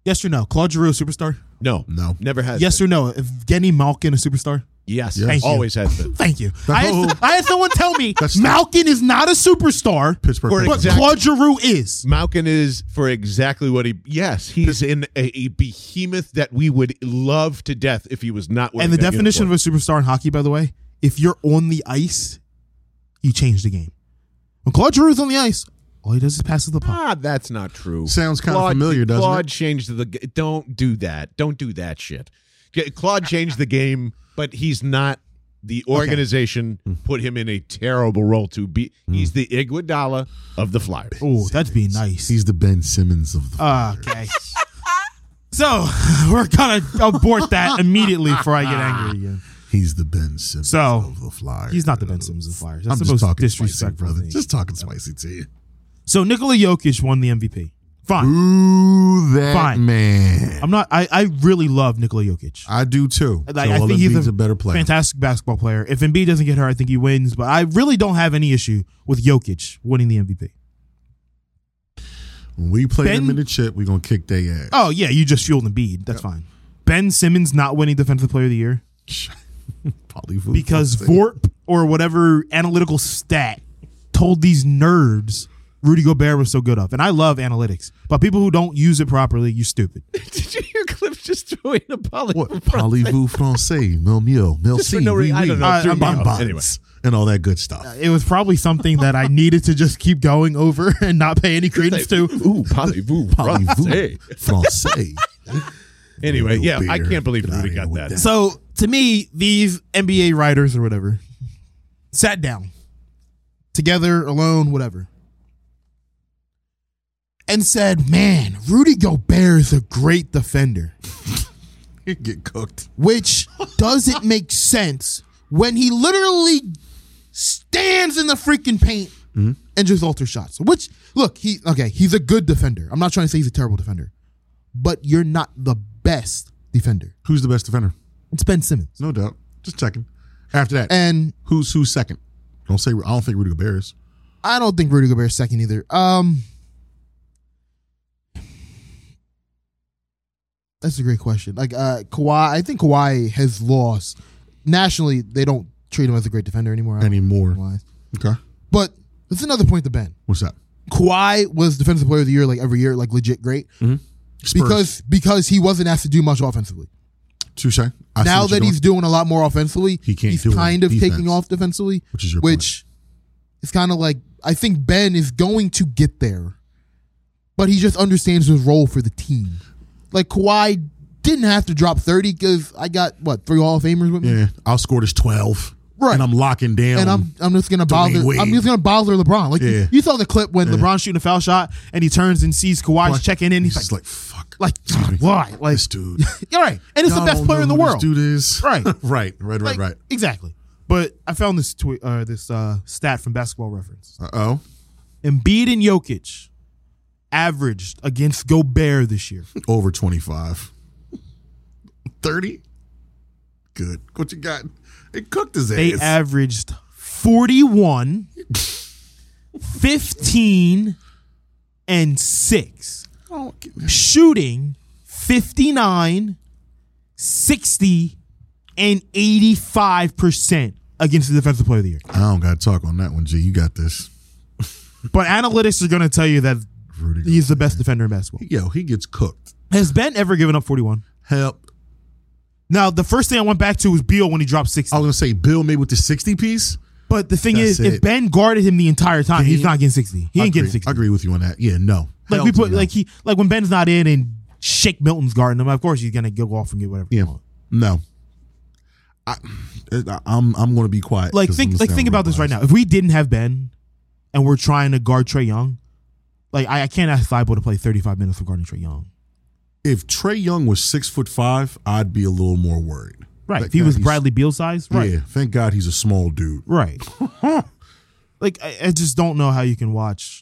yes or no? Claude Giroux, a superstar.
No,
No.
never has.
Yes
been.
or no? Evgeny Malkin, a superstar.
yes,
Yes. Thank
you.
always has been.
Thank you. I
whole-
had, I had someone tell me
That's-
Malkin is not a superstar,
Pittsburgh
Or
but
Penguins.
exact-
Claude Giroux is.
Malkin is for exactly what he. Yes, he's in a, a behemoth that we would love to death if he was not. wearing
And the
that
definition
uniform.
of a superstar in hockey, by the way, if you're on the ice, you change the game. When Claude Giroux's on the ice, all he does is passes the puck.
Ah, that's not true.
Sounds kinda familiar, doesn't it?
Claude changed the. g- Don't do that. Don't do that shit. G- Claude changed the game, but he's not. The organization
Hmm.
put him in a terrible role to be. He's the Iguodala of the Flyers.
Oh, that'd be nice.
He's the Ben Simmons of the.
Okay. So we're gonna abort that immediately before I get angry again.
he's the Ben Simmons
So,
of the Flyers.
He's not the Ben Simmons of the Flyers. That's
I'm
the
just
most
talking spicy,
disrespectful
brother.
thing.
Just talking spicy to you.
so Nikola Jokic won the MVP. Fine.
Ooh, that
Fine.
man.
I'm not. I, I really love Nikola Jokic.
I do too.
Like,
so
I
all
think
Embiid's
he's
a, better player.
Fantastic basketball player. If Embiid doesn't get her, I think he wins. But I really don't have any issue with Jokic winning the MVP.
When we play
Ben-
them in the chip, we're gonna kick their ass.
Oh yeah, you just fueled Embiid. That's fine. Ben Simmons not winning Defensive Player of the Year
Probably for-
because
for-
Vorp or whatever analytical stat told these nerds Rudy Gobert was so good of. And I love analytics, but people who don't use it properly, you stupid.
Did you hear Cliff just throw in a poly?
what parlez-vous français, mil mio, mil
Just for
si,
no
oui,
reason. I
oui,
don't know.
Uh,
Threw
I'm-
me off.
bonbons,
Anyway.
and all that good stuff.
It was probably something that I needed to just keep going over and not pay any credence to.
Ooh, parlez-vous, parlez-vous.
Parlez-vous français.
Anyway, yeah, I
Beer.
can't believe
Get outta
Rudy
here
got
with
that.
that.
So to me, these NBA writers or whatever sat down together, alone, whatever, and said, "Man, Rudy Gobert is a great defender,"
Get cooked.
which doesn't make sense when he literally stands in the freaking paint and just alters shots. Which look, he okay, he's a good defender. I'm not trying to say he's a terrible defender, but you're not the best defender.
Who's the best defender?
It's Ben Simmons.
No doubt. Just checking. After that,
And
who's who's second? Don't say. I don't think Rudy Gobert is.
I don't think Rudy Gobert's second either. Um, that's a great question. Like uh, Kawhi, I think Kawhi has lost nationally. They don't treat him as a great defender anymore. I don't
anymore.
know why.
Okay,
But that's another point to Ben.
what's that?
Kawhi was defensive player of the year like every year, like legit great
Spurs.
because because he wasn't asked to do much offensively.
touche. I see
now
what you're
that he's
doing.
doing a lot more offensively,
He can't
he's
do it on
kind of
defense.
taking off defensively,
Which is your
which is kind of like I think Ben is going to get there, but he just understands his role for the team. Like Kawhi didn't have to drop thirty because I got what three Hall of Famers with me,
yeah, I'll score this twelve.
Right.
and I'm locking down.
and I'm I'm just gonna bother
Wade.
I'm just gonna bother LeBron. Like you-
Yeah.
you, saw the clip when LeBron's shooting a foul shot and he turns and sees Kawhi's checking in. He's
just
like,
like, fuck,
like,
Excuse me.
why? Like,
this dude.
all right, and it's
Y'all
the best
don't
player
know
in the
who this
world.
Dude is
Right.
right, right, right,
Like,
right.
Exactly. But I found this tweet, uh, this uh, stat from Basketball Reference.
Uh oh.
Embiid and Jokic averaged against Gobert this year.
Over 25. 30? Good. What you got? It cooked his
They
ass.
averaged 41, 15, and 6,
Oh, get-
shooting 59, 60, and 85% against the Defensive Player of the Year.
I don't got to talk on that one, G. You got this.
But analytics are going to tell you that
Rudy.
he's the best defender in basketball.
Yo, he gets cooked.
Has Ben ever given up 41?
Help.
Now, the first thing I went back to was Beal when he dropped 60.
I was going to say Bill made with the 60 piece.
but the thing
Oh, that's
is,
it.
if Ben guarded him the entire time, he's not getting 60. He
I
ain't
agree.
getting 60.
I agree with you on that. Yeah, no.
Like
Hell
we put
no.
like he like when Ben's not in and Shake Milton's guarding him, of course he's gonna go off and get whatever. he
Yeah.
wants.
No. I, I- I'm I'm going to be quiet.
Like
'cause
think
I'ma
like
sound
think about this right
real
now. If we didn't have Ben and we're trying to guard Trey Young, like I, I can't ask Thibault to play 35 minutes for guarding Trey Young.
biased. If Trey Young was six foot five, I'd be a little more worried.
Right.
Like,
if he
man,
was
he's-
Bradley Beal size, right.
Yeah, thank God he's a small dude.
Right. like I, I just don't know how you can watch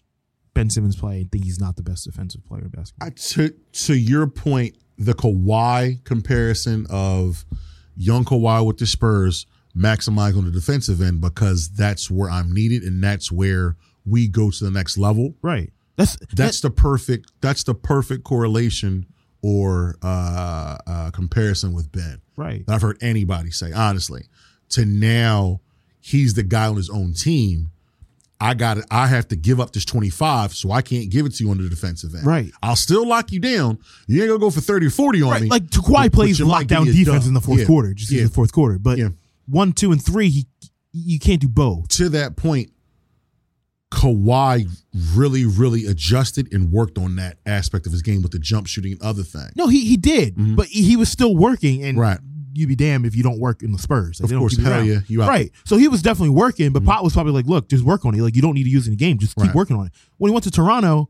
Ben Simmons play and think he's not the best defensive player in basketball.
I, to to your point, the Kawhi comparison of young Kawhi with the Spurs maximize on the defensive end because that's where I'm needed and that's where we go to the next level.
right. That's
That's the perfect. That's the perfect correlation or uh, uh, comparison with Ben
that- right.
that I've heard anybody say, honestly, to now he's the guy on his own team. I got it. I have to give up this 25, so I can't give it to you on the defensive end.
Right.
I'll still lock you down. You ain't gonna go for 30 or 40 on me.
Like
But-
Kawhi
but
plays
you might
lockdown
give me a
defense
dub.
in the fourth
Yeah.
quarter, just
Yeah.
in the fourth quarter. But
Yeah.
one, two, and three, he you can't do both.
to that point, Kawhi really, really adjusted and worked on that aspect of his game with the jump shooting and other things.
No, he he did, but he he was still working, and
Mm-hmm. Right.
you'd be damned if you don't work in the Spurs. Like,
Of
they don't
course,
keep you
hell
around.
yeah, you out. Mm-hmm.
right. So he was definitely working, but Pot was probably like, "Look, just work on it. Like you don't need to use it in the game. Just keep
Right.
working on it." When he went to Toronto,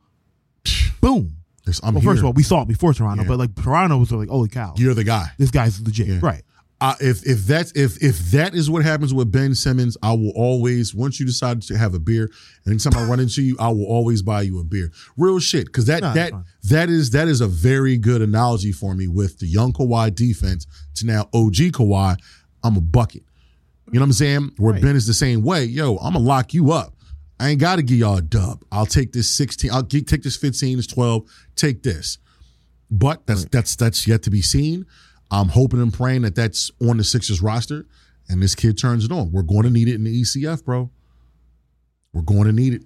boom.
There's- I'm
well,
here.
first of all, we saw it before Toronto,
Yeah.
but like Toronto was like, "Holy cow,
You're the guy.
this guy's legit."
Yeah.
Right.
I, if if that's if if that is what happens with Ben Simmons, I will always once you decide to have a beer, anytime I run into you, I will always buy you a beer. Real shit, because that
No, it's
that
fine.
that is that is a very good analogy for me with the young Kawhi defense to now OG Kawhi. I'm a bucket. You know what I'm saying? Where
Right.
Ben is the same way. Yo, I'm gonna lock you up. I ain't gotta give y'all a dub. I'll take this 16. I'll ge- take this 15. It's 12. Take this. But that's that's that's yet to be seen. I'm hoping and praying that that's on the Sixers roster, and this kid turns it on. We're going to need it in the ECF, bro. We're going to need it.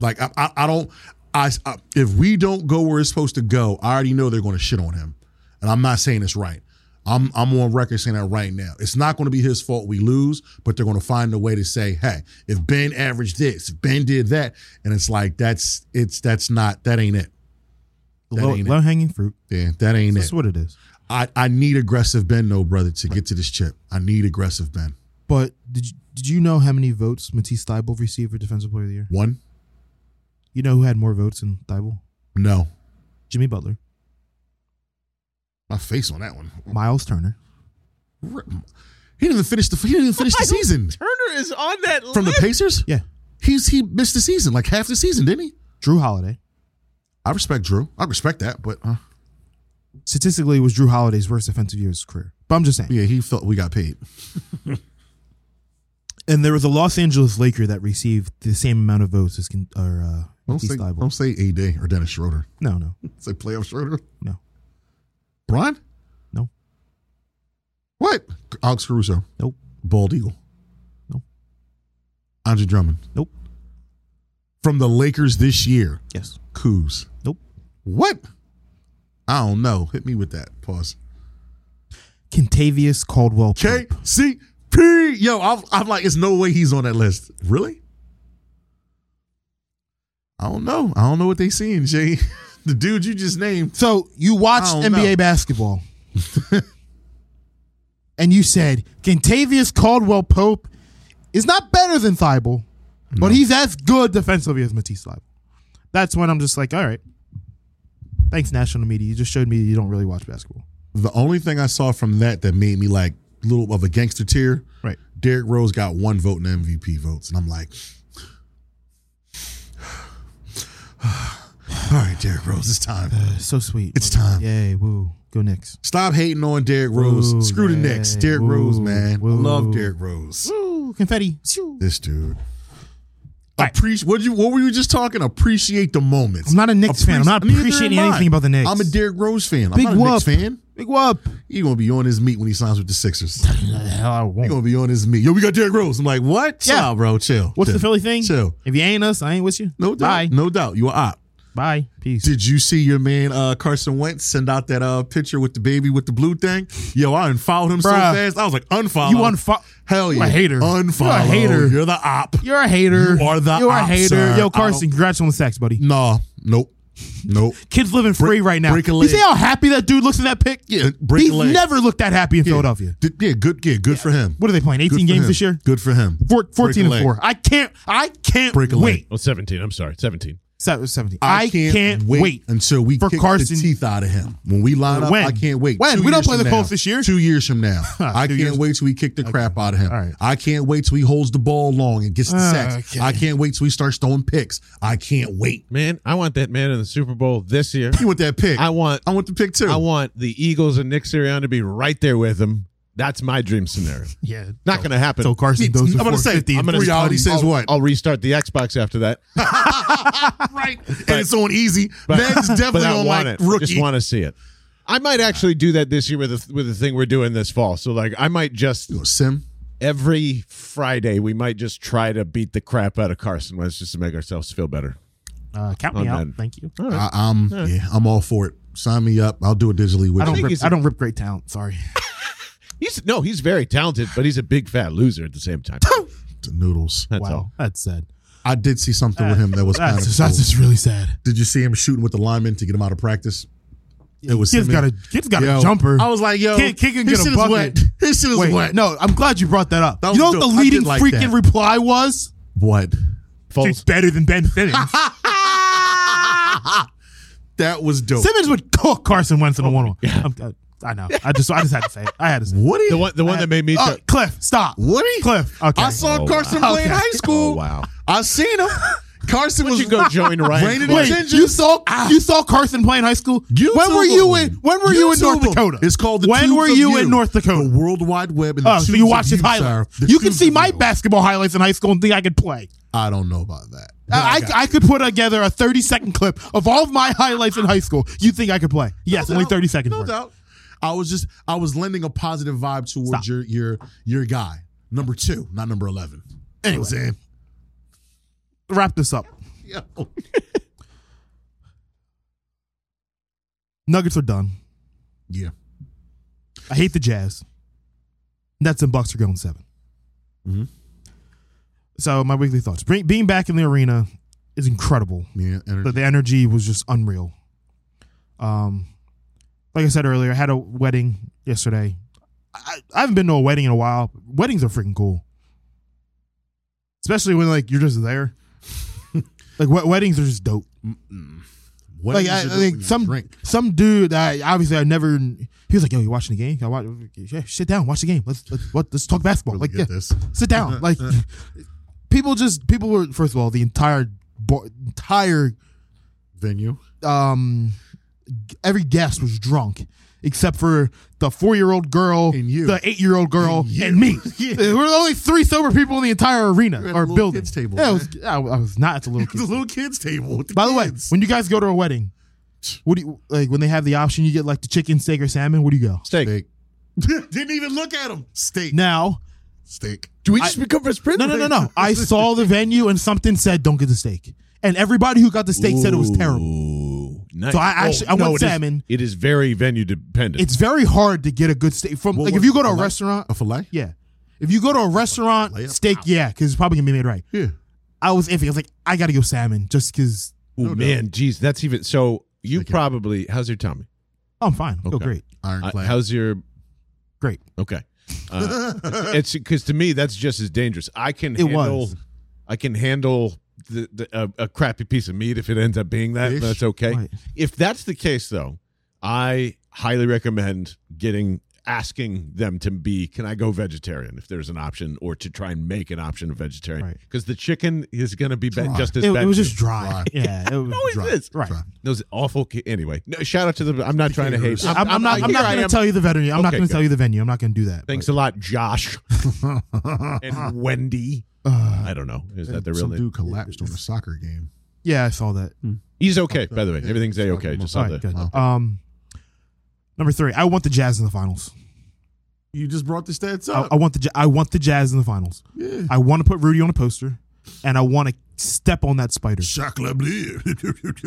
Like I, I, I don't. I, I if we don't go where it's supposed to go, I already know they're going to shit on him, and I'm not saying it's right. I'm I'm on record saying that right now. It's not going to be his fault we lose, but they're going to find a way to say, hey, if Ben averaged this, if Ben did that, and it's like that's it's that's not that ain't it. That
Low,
ain't it.
low hanging fruit.
Yeah, that ain't it.
That's what it is.
I, I need aggressive Ben, though, brother, to get to this chip. I need aggressive Ben.
But did you, did you know how many votes Matisse Thybulle received for Defensive Player of the Year?
One,
You know who had more votes than Thybulle?
no,
Jimmy Butler,
my face on that one.
Miles Turner.
He didn't even finish the he didn't even finish the season
Turner is on that
from the Pacers.
Yeah.
He's he missed the season like half the season, didn't he?
Drew Holiday.
I respect Drew. I respect that, but uh,
Statistically, it was Drew Holiday's worst defensive year of his career. But I'm just saying.
yeah, he felt we got paid.
And there was a Los Angeles Laker that received the same amount of votes as Ken- or uh,
Don't
Matisse
say
Thybulle.
don't say AD or Dennis Schroeder.
No, no,
Say playoff Schroeder.
no,
Brian?
no.
What? Alex Caruso.
Nope.
Bald Eagle.
Nope.
Andre Drummond.
Nope.
From the Lakers this year.
Yes.
Coos.
Nope.
What? I don't know. Hit me with that. Pause.
Kentavious Caldwell. Pope.
KCP. Yo, I'm, I'm like, it's no way he's on that list. Really? I don't know. I don't know what they seeing, Jay. the dude you just named.
So you watched
I
NBA
don't know.
basketball, and you said Kentavious Caldwell Pope is not better than Thibault, but he's as good defensively as Matisse Thibault. That's when I'm just like, all right, thanks national media. You just showed me you don't really watch basketball,
The only thing I saw from that that made me like a little of a gangster tear.
right?
Derrick Rose got one vote in MVP votes, and I'm like, all right, Derrick Rose, it's time.
So sweet.
It's time.
Yay! Woo! Go Knicks.
Stop hating on Derrick Rose.
Woo,
Screw the Knicks.
yay,
Derrick
woo,
Rose, man. I
woo.
love Derrick Rose.
Woo! Confetti. Shoo.
This dude. Appreciate what you what were you just talking? Appreciate the moments.
I'm not a Knicks fan. I'm not
Appreci- neither
appreciating
am I.
anything about the Knicks.
I'm a Derrick Rose fan. I'm
Big
not a
whoop.
Knicks fan.
Big whoop.
He gonna be on his meat when he signs with the Sixers. He
The hell I won't.
gonna be on his meat. Yo, we got Derrick Rose. I'm like, what?
Yeah.
Nah, bro, chill.
What's
chill.
the Philly thing?
Chill.
If you ain't us, I ain't with you.
No doubt.
Bye.
No doubt. You are op.
Bye. Peace.
Did you see your man uh, Carson Wentz send out that uh, picture with the baby with the blue thing? Yo, I unfollowed him so
Bruh.
fast. I was like, unfollow.
You unfo-
Hell
You're
yeah.
a hater.
Unfollow.
You're a hater.
You're the op.
You're a hater.
You are the Um,
You're a
op,
hater.
sir.
Yo,
I don't-
Carson, congrats on the sacks, buddy.
Nah. Nope. Nope.
Kid's living free right now.
break a
You
leg.
see how happy that dude looks in that pic?
Yeah, break a
He's
leg.
never looked that happy in Philadelphia.
Did- yeah, good. Yeah, good for him.
What are they playing?
Good
18
for
games
him.
this year?
Good for him.
Four,
Break a
14 and
leg.
4. I can't I can't
Break a
wait.
leg.
Oh, 17. I'm sorry. 17.
Se- 17. I, can't, wait.
until we
for
kick
Carson-
the teeth out of him. When we line up,
When?
I can't wait.
When?
Two
We don't
years
play
from
the
now.
Colts this year?
Two years from now, I
Two
can't
years.
wait till we kick the crap out of him.
All right.
I can't wait till he holds the ball long and gets the
Ah,
sacks.
okay.
I can't wait till he starts throwing picks. I can't wait.
Man, I want that man in the Super Bowl this year.
You want that pick?
I want
I want the pick too.
I want the Eagles and Nick Sirianni to be right there with him. That's my dream scenario.
Yeah.
Not going to happen.
So Carson goes
I'm
for
gonna say,
450.
I'm gonna-
Three
reality says
I'll-
what?
I'll restart the Xbox after that.
right, and it's on easy.
But-
Meg's
but
definitely
I
on
want
like
it. I
rookie.
Just want to see it. I might actually do that this year with a, with the thing we're doing this fall. So like, I might just
You know, Sim,
every Friday we might just try to beat the crap out of Carson Wentz just to make ourselves feel better.
uh, count
I'm
me out.
done.
Thank you.
I, I'm yeah, I'm all for it. Sign me up. I'll do it digitally with
I don't,
you.
think
rip,
he's a-
I don't rip great talent. Sorry.
He's no, he's very talented, but he's a big fat loser at the same time.
The noodles.
That's
wow.
all.
That's sad.
I did see something with him that was kind of.
That's,
cool.
that's just really sad.
Did you see him shooting with the lineman to get him out of practice? It was
Kid's
him
got a
and-
kid's got
Yo,
a jumper.
I was like, yo,
Kid- kid can
his
get a
shit is
bucket.
wet. His shit is
Wait,
wet.
no, I'm glad you brought that up.
That
you know
was
what
dope.
the
I did
leading
like
freaking
that.
reply was?
what?
She's
Foles,
better than Ben Simmons.
that was dope.
Simmons would cook Carson Wentz in a one-on. I'm- uh, I I know. I just I just had to say it. I had to say it.
Woody,
the one, the one that made me.
Uh, Cliff, stop.
Woody,
Cliff. Okay.
I saw
Oh,
Carson
wow.
play in
Okay.
high school.
Oh, wow.
I seen him. Carson
Would
was
you go join Ryan?
Rated
Clark?
Wait,
Attention.
you saw
Ah.
you saw Carson play in high school. when were you in When were you in North Dakota?
It's called the
When
Tubes
were
of
you in North Dakota?
The World Wide Web. And the
Oh, so
Tubes
you
of
watched his
you,
highlights.
sir. The
You can
Tubes
see
of
my
you.
basketball highlights in high school and think I could play.
I don't know about that.
I, I, I could put together a 30 second clip of all of my highlights in high school. You think I could play? Yes, only
doubt.
30 seconds.
No
worth.
doubt. I was just I was lending a positive vibe towards
Stop.
your your your guy number two, not number eleven. You know what I'm saying?
Wrap this up.
Yo.
Nuggets are done.
yeah.
I hate the Jazz. Nets and Bucks are going 7
Mhm.
So my weekly thoughts: Bring, being back in the arena is incredible.
Yeah.
The,
Energy.
the energy was just unreal. Um, like I said earlier, I had a wedding yesterday. I, I haven't been to a wedding in a while. Weddings are freaking cool, especially when like you're just there. like wed- weddings are just dope.
What
Like
is
I,
it
I
when
think
you
some
drink?
some dude that I, obviously I've never he was like, "Yo, you watching the game? I watch, yeah, sit down, watch the game. Let's let's, what, let's talk basketball."
Really
like,
get
yeah,
this.
sit down. Like, people just people were first of all the entire bar, entire
venue.
um every guest was drunk except for the four year old girl,
And you.
the eight year old girl,
And
and,
you.
me.
Yeah.
There were only three sober people in the entire arena
You're at the
or
little
building.
kids' table,
yeah, it
man.
was, I, I was not at the little
The
kids.
little kids table. with
By the way,
kids.
when you guys go to a wedding, what do you like when they have the option? You get like the chicken, steak, or salmon. Where do you go?
Steak.
Steak. didn't even look at him. Steak.
Now,
Steak.
Do we just become best friends?
no, no, no, no. I saw the venue and something said, "Don't get the steak," and everybody who got the steak said it was terrible.
Ooh, nice. Oh,
So I actually- I
no,
want
it is-
salmon.
it is very venue dependent.
It's very hard to get a good steak from
What
like
was
if you
it,
go to a
filet?
restaurant.
A fillet.
Yeah. If you go to a restaurant,
Layup.
steak, yeah, because it's probably gonna be made right.
Yeah.
I was iffy. I was like, I gotta go salmon just because
Ooh,
no
man, geez, that's even so. You
Okay.
probably how's your tummy?
oh, I'm fine. I'm
Okay.
great,
Uh,
Ironclad.
how's your
great.
okay? Uh, it's because to me that's just as dangerous. I can
It
handle,
was.
I can handle the, the a, a crappy piece of meat if it ends up being that.
Ish.
That's okay.
Right.
If that's the case, though, I highly recommend getting asking them to be can I go vegetarian if there's an option or to try and make an option of vegetarian
Right.
because the chicken is going to be bad,
Dry.
just as
It,
bad.
it was
for
just
you.
dry.
Dry.
Yeah, it was
How is
dry.
this?
Right.
Dry.
Those awful. Ki- anyway, no, shout out to the. I'm not trying to hate.
Haters.
I'm, I'm not. I'm
here
not
I
gonna
am.
tell you the venue. I'm not
Okay,
gonna
good.
tell you Uh-huh. the venue. I'm not gonna do that.
Thanks
but,
a lot, Josh and Wendy.
uh,
I don't know. Is that the real
Some
name?
dude collapsed on a soccer game.
yeah, I saw that.
He's okay, by the way.
Yeah.
Everything's a okay.
Fucking
Just
All
on
right,
the
good.
Wow.
Um, number three, I want the Jazz in the finals.
You just brought the stats
I,
up.
I want the. Ja- I want the Jazz in the finals.
yeah.
I want to put Rudy on a poster, and I want to step on that spider.
Chocolate bleu.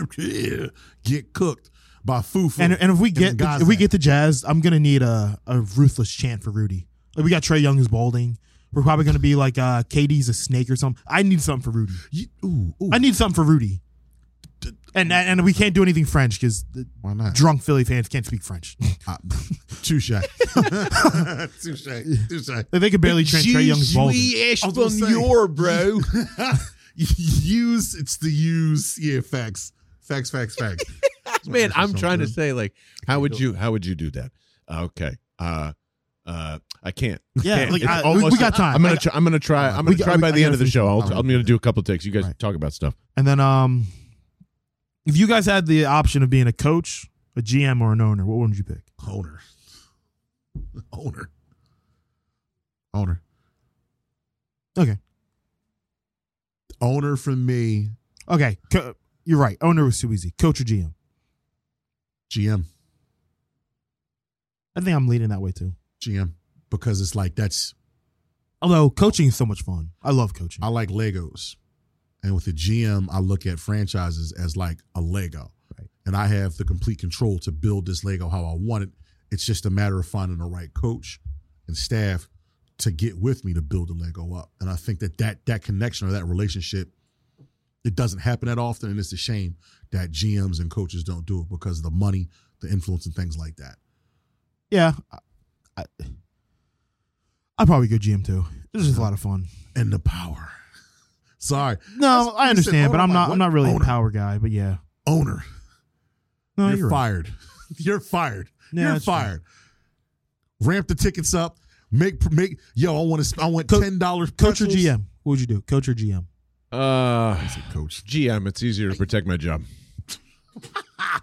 Yeah. Get cooked by Fufu.
And and if we get
Gaza.
if we get the Jazz, I'm gonna need a, a ruthless chant for Rudy. Like we got Trey Young who's balding. We're probably gonna be like uh KD's a snake or something. I need something for Rudy.
You- ooh, ooh.
I need something for Rudy. And and we can't do anything French because
Why not?
drunk Philly fans can't speak French.
Ah, Touche. Touche. Touche.
E
they could barely train Trey Young's balding. E
I was gonna say-
bro.
use. It's the use. Yeah, facts, facts, facts, facts.
Man, I'm trying to say like, how would you how would you do that? Okay, uh, uh, I can't.
Yeah,
Can't.
like
It's
I, we-
almost-
we got time.
I'm gonna
Like,
try, I'm gonna try I'm
We
gonna
got-
try
we-
by
I
the
gotta
end of the
finish-
show. I'll,
I'm
I'm gonna do a couple takes. You guys
Right.
talk about stuff.
and then um, if you guys had the option of being a coach, a GM, or an owner, what one would you pick?
owner, owner, owner,
Okay,
owner. For me,
okay, Co- you're right. Owner was too easy. Coach or GM?
GM,
I think I'm leaning that way too.
GM, because it's like that's
Although coaching is so much fun, I love coaching.
I like Legos. And with the GM, I look at franchises as like a Lego.
Right.
And I have the complete control to build this Lego how I want it. It's just a matter of finding the right coach and staff to get with me to build the Lego up. And I think that that, that connection or that relationship, it doesn't happen that often. And it's a shame that GMs and coaches don't do it because of the money, the influence, and things like that.
Yeah, I, I, I'd probably go GM too. This is a lot of fun.
And the power. Sorry,
No, I
you said
understand, but
owner,
I'm
I'm
not.
like,
I'm not really
what?
a power guy. But yeah,
owner.
no,
you're,
you're, right.
fired. you're fired.
Yeah,
you're
that's true.
fired. Ramp the tickets up. Make make yo. I want to. I want
Co-
ten dollars.
Coach or GM? What would you do? Coach or GM?
Uh,
Coach.
GM, it's easier to protect my job.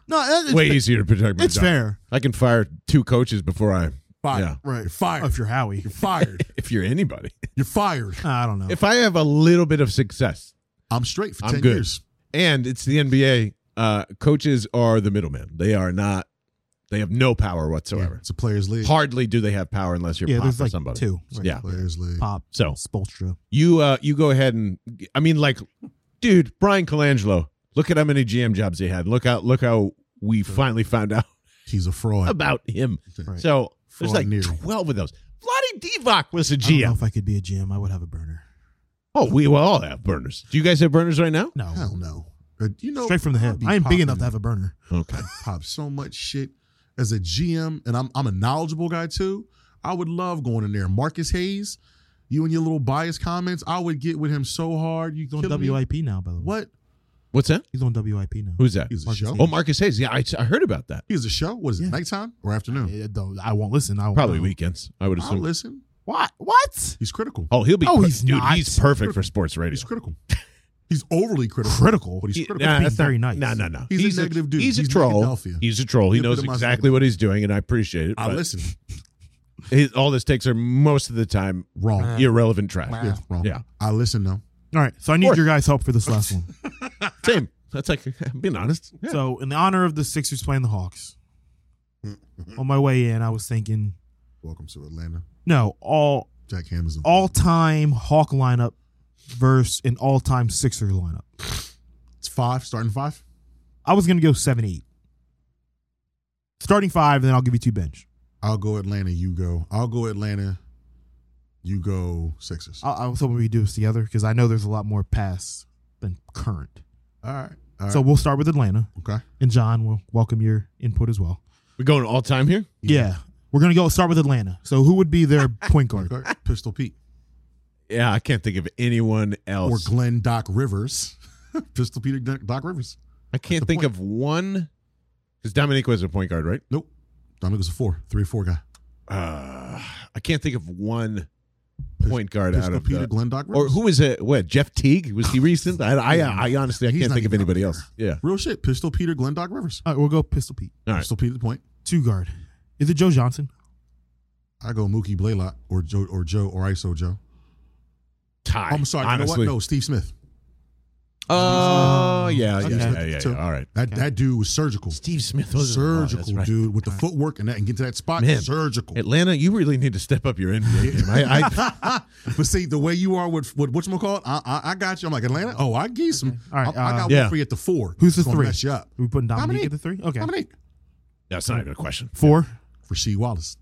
No, it- it's,
Way easier to protect my
it's
job.
fair.
I can fire two coaches before I.
Fired.
Yeah.
Right. You're fired.
If you're Howie,
You're fired.
If you're anybody,
you're fired.
I don't know.
if I have a little bit of success,
I'm straight for
I'm
ten
good.
years.
and it's the NBA. Uh, coaches are the middleman. They are not. They have no power
Yeah,
whatsoever.
it's a players league.
Hardly do they have power unless you're
yeah,
Pop
there's
or
like
somebody.
two.
Right,
Yeah. Oh.
Players league.
Pop,
So
Spolstra.
you uh, you go ahead and I mean like, dude, Brian Colangelo. Look at how many GM jobs he had. Look out! Look how we
Hmm.
finally found out
He's a fraud.
about him.
Right.
So there's like
Fraudineering.
twelve of those. Vladi Divac was a
I don't know
GM.
if I could be a GM, I would have a burner.
Oh, we will all have burners. Do you guys have burners right now?
No,
I don't know. Uh, You know,
straight from the hip.
I'd be
I ain't big
popping
enough to have a burner.
Okay.
pop so much shit as a GM, and I'm I'm a knowledgeable guy too. I would love going in there. Marcus Hayes, you and your little biased comments, I would get with him so hard. You
He's on
killing me.
WIP now, by the way.
What?
What's that?
He's on WIP now.
Who's that?
He's a
Marcus
show.
Hayes.
Oh, Marcus Hayes. Yeah, I, I heard about that.
He's a show. What is it?
Yeah.
Nighttime or afternoon?
Yeah, don't- I won't listen. I won't
Probably
know.
weekends. I would
Oh. I'll
assume.
listen.
What? What?
He's critical.
Oh, he'll be.
Oh,
per-
he's
dude,
not.
he's perfect for sports radio.
He's critical. He's overly critical.
Critical.
But he's
He-
critical.
nah,
He's
that's
being
very nice.
No, no, no.
He's a negative dude.
He's a
He's
troll.
Philadelphia.
He's a troll. He
Yeah,
knows
but I'm not
exactly
saying-
what he's doing, and I appreciate it.
I
but
listen.
his- all this takes are most of the time
Wrong.
Uh,
irrelevant trash.
Yeah, wrong.
Yeah.
I listen though.
All right, so I
Of
need
course.
your guys' help for this last one.
Same. That's like I'm being honest. Yeah.
So, in the honor of the Sixers playing the Hawks, on my way in, I was thinking,
Welcome to Atlanta.
no, all
Jack Hammers.
all time Hawk lineup versus an all time Sixer lineup.
It's five. Starting five.
I was gonna go seven eight. Starting five, and then I'll give you two bench.
I'll go Atlanta. You go. I'll go Atlanta. You go Sixers.
I, I was hoping we could do this together because I know there's a lot more past than current.
all right. All right.
So we'll start with Atlanta,
okay.
and John will welcome your input as well.
We're going all time here.
Yeah. we're gonna go start with Atlanta. So who would be their point guard?
Okay. Pistol Pete
Yeah, I can't think of anyone
or
else.
Glenn Doc Rivers. Pistol Pete or Doc Doc Rivers.
I can't
the
think
point.
of one. Because Dominique was a point guard, right?
Nope. Dominic was a four, three or four guy.
Uh, I can't think of one
Pis-
point guard out
Pistol
of
Pete or
the,
Glenn Doc
or
Rivers.
who was it? What Jeff Teague was he recent? I I, I honestly I
He's
can't
not
think of
even
anybody
out
else. Yeah.
Real shit. Pistol Pete or Glenn Doc Rivers.
All right, we'll go Pistol Pete,
All right.
Pistol Pete at the point.
two guard. Is it Joe Johnson?
I go Mookie Blaylock or Joe or Joe or ISO Joe. Oh,
Tie.
I'm sorry.
Honestly.
You know what? No, Steve Smith.
Oh yeah, yeah,
Okay.
yeah, yeah,
Two.
yeah. All right.
That
Okay.
that dude was surgical.
Steve Smith
surgical dude with the footwork and that and get to that spot.
Man.
Surgical.
Atlanta, you really need to step up your NBA game. I, I
but see the way you are with with whatchamacallit, I, I I got you. I'm like Atlanta. Oh, I gave some.
All right,
I, I
uh,
got
Yeah.
one for you at the four.
Who's the
It's gonna
three?
Mess you up.
Are we putting Dominique,
Dominique.
at the three? Okay,
Dominique
that's not even a question.
four.
Rasheed Wallace.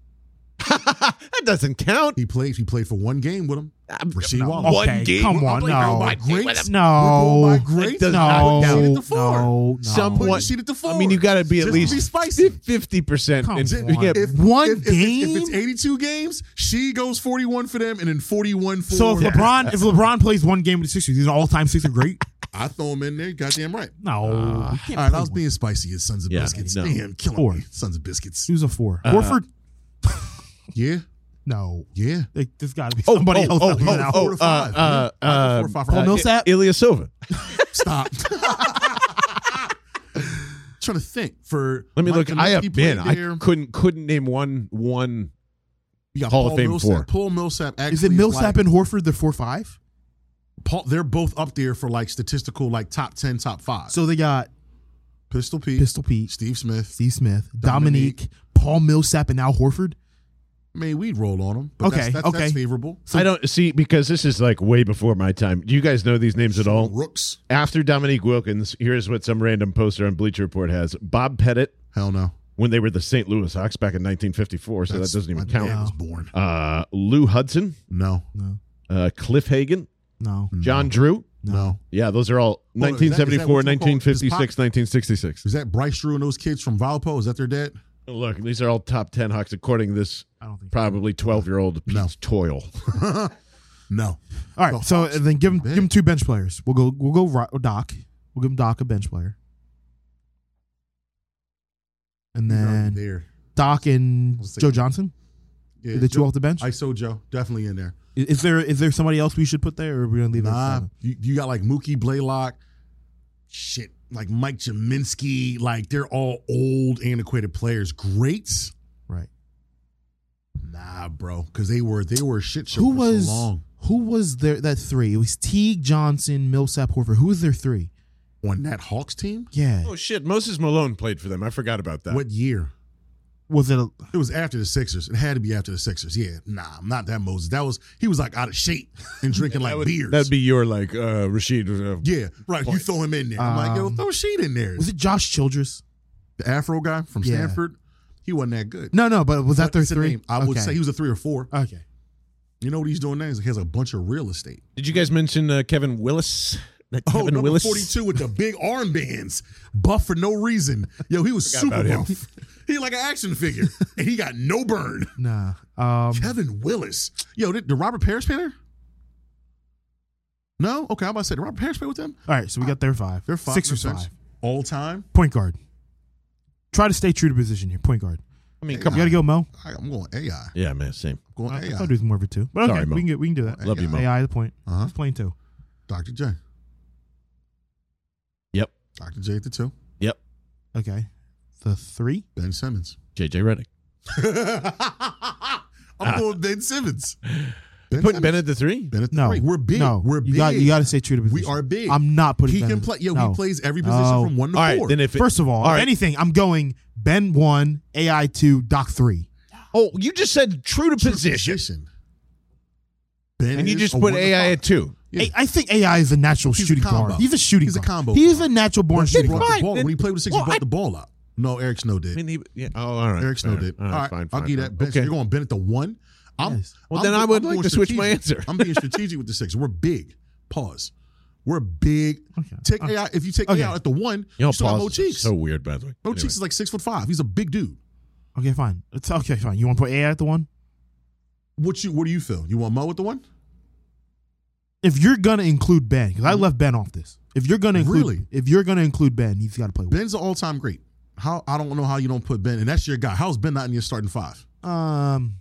that doesn't count.
He played. He played for one game with him. For C. Wallace.
One
Okay,
game.
come
I'll
on,
play
no.
one game with
Great.
him.
We're
No,
going by grades.
It does
no,
not
Put
count.
it
no,
at the four.
no.
Somewhat.
Put
What?
your seat at the four.
I mean, you got to be at
Just
least
be spicy.
fifty percent.
Come
And
on.
yeah,
If- One
if, if it's- If,
game?
it's 82 games, she goes 41 for them and then 41 for.
So if LeBron, if LeBron plays one game with the Sixers, he's an all-time Sixer great.
I throw him in there. Goddamn right.
No, he can't
All right,
play
I was
one.
being spicy as Sons of
Yeah,
Biscuits.
no.
Damn, killing
Four. Hmm.
me. Sons of Biscuits.
He was a four. Horford,
Yeah,
no.
yeah.
Like, There's got to be
oh,
somebody
oh,
else.
oh,
out there
oh,
now.
oh,
Four to five.
uh, uh, uh,
Four, five,
Paul
five.
Millsap?
I- Ilya Silva.
Stop. trying to think for.
Let me
Mike
look.
Conley
I have
played
been. I
there.
couldn't couldn't name one one.
You got
Hall of
Paul
Fame
Millsap.
four.
Paul Millsap. Actually
Is it Millsap
like-
and Horford the four five?
Paul, they're both up there for like statistical, like top ten, top five.
So they got
Pistol Pete,
Pistol Pete,
Steve Smith.
Steve Smith, Dominique,
Dominique.
Paul Millsap, and now Horford.
I mean, we'd roll on them. But
Okay,
that's, that's,
okay.
That's favorable.
So-
I don't see because this is like way before my time. Do you guys know these names at all?
Rooks.
After Dominique Wilkins, here's what some random poster on Bleacher Report has: Bob Pettit
Hell no.
when they were the St. Louis Hawks back in 1954, so
That's-
that doesn't even
my dad
count.
was born.
Uh, Lou Hudson,
No.
No,
uh, Cliff Hagan,
no.
Hmm.
John Drew.
No.
Yeah, those are all
is that- is that
1974,
what's it called?
1956,
His pop-
1966.
Is that Bryce Drew and those kids from Valpo? Is that their dad?
Look, these are all top 10 Hawks according to this
I don't think.
probably 12 year old
No.
Pete's toil.
No.
All right,
The
so
Hawks
then give him
big.
give him two bench players. We'll go we'll go Ro- Doc. We'll give him Doc a bench player, and
Not
then
there.
Doc and
Let's see.
Joe Johnson.
Yeah,
Are the two
Joe,
off the bench.
I saw Joe. Definitely in there.
Is is there is there somebody else we should put there, or are we gonna leave
Nah.
it?
You, you got like Mookie Blaylock. Shit. Like Mike Jaminski. Like they're all old, antiquated players. Greats.
Right.
Nah, bro. Because they were they were a shit show
Who
for
was
so long
who was their that three? It was Teague, Johnson, Millsap, Horford. Who was their three?
on that Hawks team.
Yeah.
oh, shit. Moses Malone played for them. I forgot about that.
What year?
Was it a
It was after the Sixers. It had to be after the Sixers. Yeah, nah, not that Moses. That was he was like out of shape and drinking
That
like
would,
beers.
that'd be your, like, uh, Rashid. Uh,
yeah, right. You throw him in there. I'm like, yo,
Um,
throw Sheet in there.
was it Josh Childress?
the Afro guy from
Yeah.
Stanford? He wasn't that good.
No, no, but was that
But
their
it's a
three?
name. I would
Okay.
say he was a three or four.
Okay.
You know what he's doing now? He's- He has a bunch of real estate.
Did you guys mention uh, Kevin Willis? That
Oh,
Kevin
number
Willis.
42 with the big armbands, buff for no reason. Yo, he was super
about him.
buff. He like an action figure, and he got no burn.
Nah. Um,
Kevin Willis. Yo, did, did Robert Parrish play there? No? Okay, I'm about to say, did Robert Parrish play with them?
all right, so we got their five.
They're five.
Six or
they're six.
five.
All time?
Point guard. Try to stay true to position here. Point guard.
I mean, come
You got to go, Mo.
I, am going AI. I'm
Yeah, man, same.
going
I
AI.
will do some more of it too. But okay,
Sorry, Mo.
we can get, we can do that.
Love you, Mo.
AI the point.
Uh-huh.
It's playing two.
Dr. J.
Yep.
Dr. J at the two.
Yep.
Okay. The three.
Ben Simmons.
JJ Reddick.
I'm going Ben Simmons.
Ah.
Ben
Put
Simmons.
Ben at the three?
Ben at the
No,
three. We're big.
No,
We're big.
You got, you got to stay true to
We
position.
are big.
I'm not putting.
he
Ben
can
in-
play. Yo,
no.
he plays every position
No.
from one to
All right,
four.
then if it,
First of all,
All
if
right.
anything, I'm going Ben one, AI two, Doc three.
oh, you just said true to position,
position. Ben
and you
is
just
a
put
one to
AI
five.
at two.
Yeah.
I, I think AI is a natural
He's a
shooting
combo.
guard. He's a shooting.
He's a
guard.
combo
He's
guard.
a natural born
When he
shooting
brought
guard.
the
fine.
ball, when he played with the Sixers,
Well,
he brought
I-
the ball up. No, Eric Snow
I
did.
mean, he, yeah, oh, all right.
Eric Snow
fair.
did.
All
All right,
fine, fine,
I'll give you
fine.
that. Ben, so
Okay.
You're going Bennett the one. I'm,
Yes.
Well,
I'm
then
go-
I would
I'm
like
going
to switch my
strategic.
answer.
I'm being strategic with the Sixers. We're big. Pause. We're big.
Okay.
Take
Okay.
AI. If you take
Okay.
AI at the one,
You
you,
know,
still have
Uh, pause
Mo
is
Cheeks.
So weird, by the way.
Mo
Anyway.
Cheeks is like six foot five. He's a big dude.
Okay, fine. It's okay, fine. You want to put AI at the one?
What you? What do you feel? You want Mo at the one?
If you're gonna include Ben, because I left Ben off this. If you're gonna include,
Mm-hmm. Really?
if you're gonna include Ben, he's got to play. one.
Ben's an all time great. How I don't know how you don't put Ben, and that's your guy. How's Ben not in your starting five?
Um,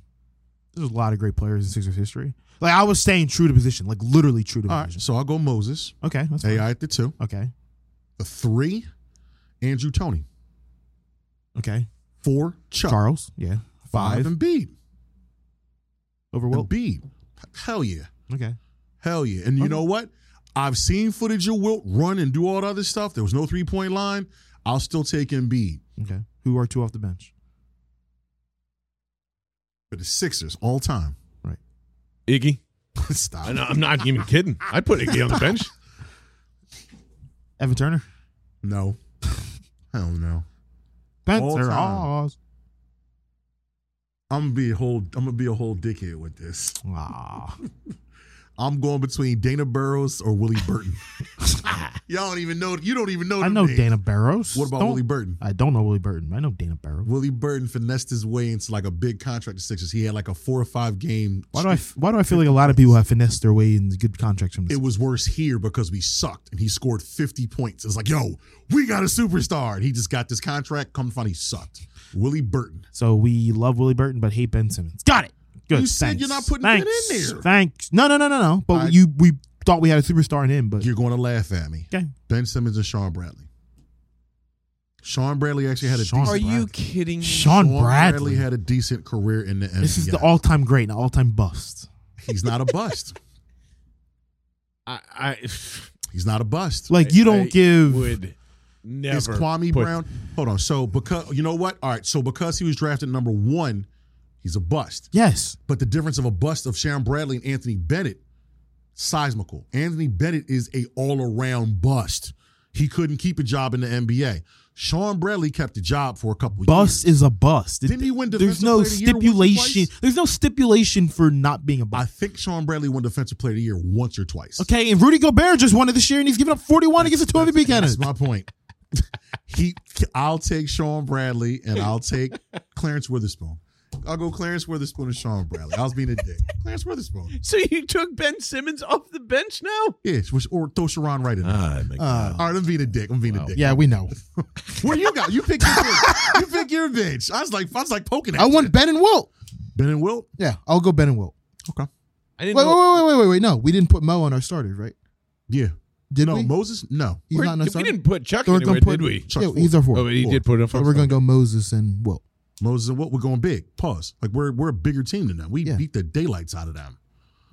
there's a lot of great players in Sixers history. Like I was staying true to position, like literally true to
All right,
position.
so I'll go Moses.
Okay, that's fine.
AI at the two,
Okay,
the three, Andrew Tony,
okay.
four, Chuck,
Charles, yeah,
five,
five,
and Embiid.
over Will.
Embiid. Hell yeah.
Okay,
Hell yeah. And you
Okay.
know what? I've seen footage of Wilt run and do all the other stuff. There was no three point line. I'll still take Embiid
okay. Who are two off the bench?
for the Sixers all time.
Iggy.
Stop.
I know, I'm not even kidding. I put Iggy on the bench.
Evan Turner,
No. Hell no.
Spencer
time.
Oz.
I'm gonna be a whole. I'm gonna be a whole dickhead with this.
Ah,
I'm going between Dana Burrows or Willie Burton. Y'all don't even know. You don't even know.
I
them
know
names.
Dana Barrows.
What about
Don't-
Willie Burton?
I don't know Willie Burton. I know Dana Barrows.
Willie Burton finessed his way into like a big contract to Sixers. He had like a four or five game.
Why do I? Why do I feel like a lot of people have finessed their way into good contracts from this?
It was worse here because we sucked, and he scored 50 points. It's like, yo, we got a superstar. And he just got this contract. Come to find, he sucked. Willie Burton.
so we love Willie Burton, but hate Ben Simmons. Got it. Good.
You said
thanks.
you're not putting Ben
thanks.
in there.
Thanks. No, no, no, no, no. But
I-
you, we thought we had a superstar in him, but
You're going to laugh at me.
okay.
Ben Simmons and Sean Bradley. Sean Bradley actually had a
Sean-
decent.
Are you
Bradley.
kidding? me?
Sean Bradley.
had a decent career in the NBA.
this is the all-time great and all-time bust.
He's not a bust.
I, I
He's not a bust.
Like you don't
I
give.
Would never
is Kwame
put-
Brown. Hold on. So because you know what? All right. So because he was drafted number one, he's a bust.
Yes.
But the difference of a bust of Sharon Bradley and Anthony Bennett, seismical. Anthony Bennett is a all-around bust. He couldn't keep a job in the NBA. Sean Bradley kept the job for a couple
Bust
years.
is a bust. It-
Didn't he win
there's
Defensive
no
Player of the Year once or
stipulation.
twice?
There's no stipulation for not being a
I
bust.
think Sean Bradley won Defensive Player of the Year once or twice.
Okay, and Rudy Gobert just won it this year, and he's giving up 41 against the two MVP
That's
candidates.
my point. he, I'll take Sean Bradley and I'll take Clarence Witherspoon. I'll go Clarence Witherspoon and Sean Bradley. I was being a dick. Clarence Witherspoon.
So you took Ben Simmons off the bench now?
Yeah, which- or throw Sharon right in. there.
my
Uh,
All right, I'm being a dick. I'm being a dick.
yeah, we know.
Where you got? You pick your bitch. you pick your bitch. I was like, I was like poking at
I want Ben and Wilt.
Ben and Wilt.
Yeah, I'll go Ben and Wilt.
I
Wait,
didn't
wait,
know.
wait, wait, wait, wait. No, we didn't put Mo on our starters, right?
Yeah.
Did
no,
we?
Moses. No.
he's
We're-
not in our
we
starters.
didn't put Chuck
So we're
anywhere,
gonna put-
did we?
Chuck
yeah,
Ford.
he's our fourth.
Oh, he
four.
did put it up.
so we're gonna go Moses and Wilt.
Moses and Wilt. We're going big. Pause. Like we're we're a bigger team than them. We
Yeah.
beat the daylights out of them.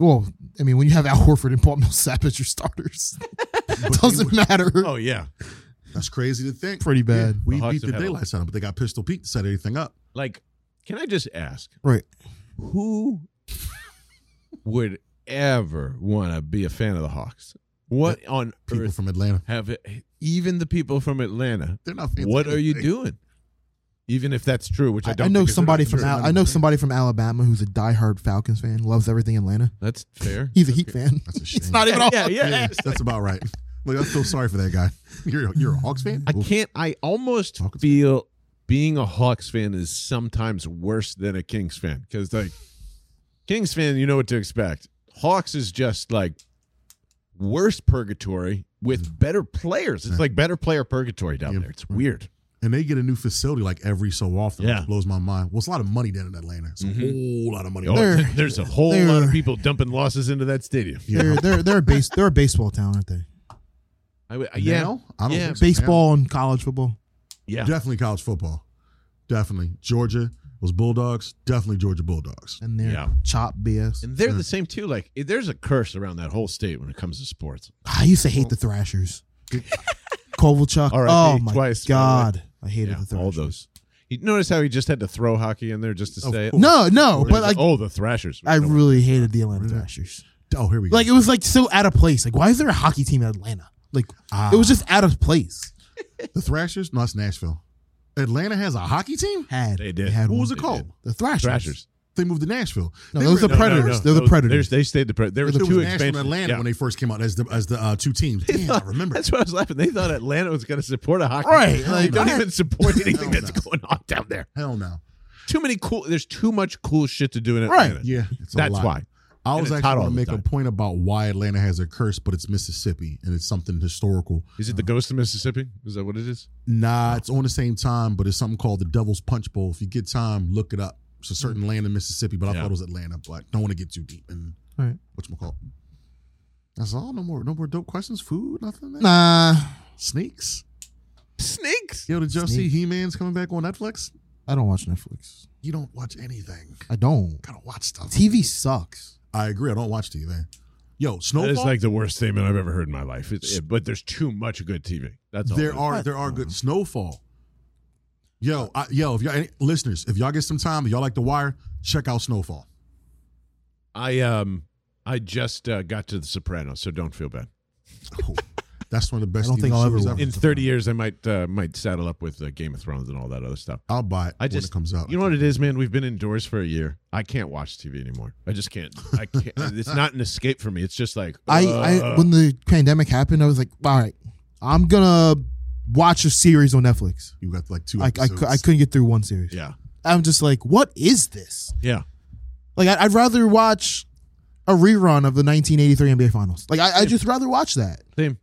Well, I mean, when you have Al Horford and Paul Millsap as your starters, doesn't matter.
Oh yeah,
That's crazy to think.
Pretty bad.
Yeah, we
The Hawks
beat the
have had a-
daylights out of them, but they got Pistol Pete to set everything up.
like can i just ask
Right.
who would ever want to be a fan of the hawks what on
People
earth
from Atlanta.
have it, even the people from atlanta
They're not fans.
what
of
are you
anything.
doing even if that's true which i
I,
don't
I know
think is-
somebody from
concerned
Al-
about
I know
him.
somebody from Alabama who's a diehard Falcons fan, loves everything Atlanta.
that's fair
He's a Heat fan.
That's a shame.
It's not even all.
yeah yeah,
Yeah, that's about right. Look, I feel sorry for that guy. You're you're a Hawks fan.
i can't i almost
Hawks fan.
feel being a hawks fan is sometimes worse than a kings fan because like kings fan you know what to expect hawks is just like worse purgatory with better players. It's like better player purgatory down
Yeah.
there. It's weird.
And they get a new facility like every so often. which
Yeah.
blows my mind. Well, it's a lot of money down in Atlanta. It's a whole lot of money.
Oh,
They're-
th- there's a whole
they're-
lot of people dumping losses into that stadium.
They're they're they're a base they're a baseball town, aren't they?
I, w- yeah,
Now? I don't
Yeah.
think so.
Baseball and college football.
yeah.
Definitely college football. Definitely Georgia was Bulldogs. Definitely Georgia Bulldogs.
and their
Yeah.
chop BS.
And they're the same too. Like it- there's a curse around that whole state when it comes to sports.
I used to hate the Thrashers. Kovalchuk.
RIP
Oh my
twice, by the
god, I hated
Yeah,
the
all
Thrashers.
those. You notice how he just had to throw hockey in there just to
Of
say it?
course.
No, no,
Or
but
is it-
like
oh, the Thrashers.
I
No.
really hated the Atlanta Thrashers.
Oh, here we go.
Like it was like so out of place. Like why is there a hockey team in Atlanta? Like
Ah.
it was just out of place.
the Thrashers. No, it's Nashville. Atlanta has a hockey team.
Had
They did.
They had
What
one.
was it
They
called?
did.
The Thrashers.
Thrashers.
They moved to Nashville.
No,
They
those
were
are
in-
the Predators. They're the
Those-
Predators.
They stayed the Predators. There were
It was
two
Nashville and
expansions.
Atlanta
Yeah.
when they first came out as the as the uh, two teams. Damn, I remember.
That's why I was laughing. They thought Atlanta was going to support a hockey.
Right,
team.
like,
they don't
I-
even support anything
Hell
that's
no.
going on down there.
Hell no.
Too many cool. There's too much cool shit to do in
Right.
Atlanta.
Yeah, it's a
that's
lot.
why.
I
And
was
it's
actually
hot all
going to
the
make
time.
a point about why Atlanta has a curse, but it's Mississippi and it's something historical.
Is it the Ghost of Mississippi? Is that what it is?
Nah, it's on the same time, but it's something called the Devil's Punch Bowl. If you get time, look it up. It's a
Mm.
certain land in Mississippi, but I
Yeah.
thought it was Atlanta, but don't want to get too deep. And
Right.
whatchamacallit. That's all. No more. No more dope questions. Food. Nothing. man?
Nah,
Snakes.
Snakes.
Yo, did y'all see
Snakes.
He Man's coming back on Netflix?
I don't watch Netflix.
You don't watch anything.
I don't.
Gotta watch stuff.
TV sucks.
I agree. I don't watch TV. Yo,
That
Snowfall.
is like the worst statement I've ever heard in my life. It's, it- but there's too much good Mm-hmm. TV. That's all.
there
it is.
are there are good snowfall. Yo, I, yo, if y'all any, listeners, if y'all get some time, if y'all like the wire, check out Snowfall.
I um I just uh, got to The Sopranos, so don't feel bad.
Oh, That's one of the
I
best.
don't
TV
think I'll ever
shows
watch
I've
it.
In
seen.
30 years, I might uh, might saddle up with uh, Game of Thrones and all that other stuff.
I'll buy it
I just
when it comes out.
You know what it is, man. We've been indoors for a year. I can't watch TV anymore. I just can't. I can't. it's not an escape for me. It's just like uh,
I,
Uh.
I when the pandemic happened, I was like, all right, I'm gonna watch a series on Netflix.
you got like two.
I, I, cou- I
episodes.
couldn't get through one series.
yeah
I'm just like, what is this?
yeah.
Like, I, I'd rather watch a rerun of the 1983 NBA Finals. Like, I, I just rather watch that.
Same.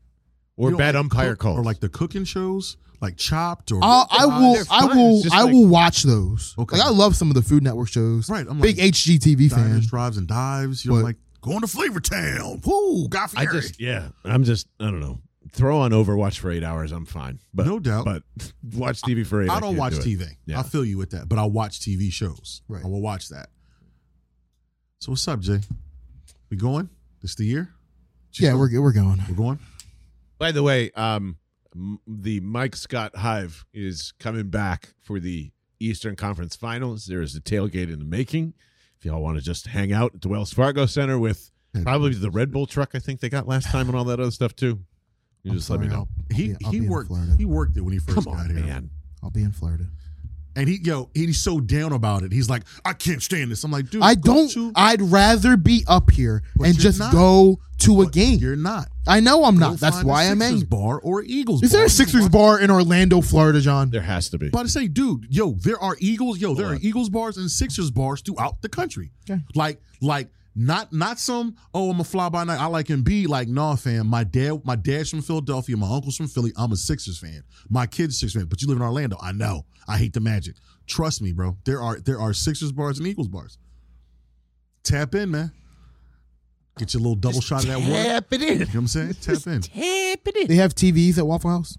Or
You don't
bad
like
umpire
cook-
calls.
or like the cooking shows, like Chopped or
I'll, I will.
they're
I
fine.
will.
It's just
I
like-
will watch those.
Okay.
Like I love some of the Food Network shows.
Right, I'm
big
like-
HGTV fan.
Diners, Drives, and Dives. You know,
But-
like going to Flavor Town. Woo, got
I just yeah. I'm just I don't know. Throw on Overwatch for eight hours. I'm fine. But
No doubt.
But watch TV for eight.
I don't
can't
watch
do it.
TV.
Yeah.
I feel you with that, but I watch TV shows.
Right.
I will watch that. So what's up, Jay? We going? This the year?
Yeah, we're we're going.
we're going.
By the way, um, m- the Mike Scott Hive is coming back for the Eastern Conference Finals. There is a tailgate in the making. If y'all want to just hang out at the Wells Fargo Center with probably the Red Bull truck I think they got last time and all that other stuff too. You
I'm
just let me
sorry,
know.
He
be- I'll
he
be in
worked
Florida.
he worked it when he first
Come
got
on,
here,
man.
I'll be in Florida.
and he yo he's so down about it. He's like, I can't stand this. I'm like, dude,
I
go
don't.
to-
I'd rather be up here
But
and
you're
just
not.
go to a
but
game.
You're not.
I know I'm
Go
not. That's
find a
why I'm
Sixers
angry.
Bar or Eagles?
Is there a Sixers bar in Orlando, Florida, John?
There has to be.
about to say, dude, yo, there are Eagles, yo, there
Hold
are
on.
Eagles bars and Sixers bars throughout the country.
Okay.
Like, like not not some. Oh, I'm a fly by night. I like Embiid. Like, nah, fam. My dad, my dad's from Philadelphia. My uncle's from Philly. I'm a Sixers fan. My kid's a Sixers fan. But you live in Orlando. I know. I hate the Magic. Trust me, bro. There are there are Sixers bars and Eagles bars. Tap in, man. Get your little double shot of that water.
it in.
You know what I'm saying? Tap in.
They have TVs at Waffle House.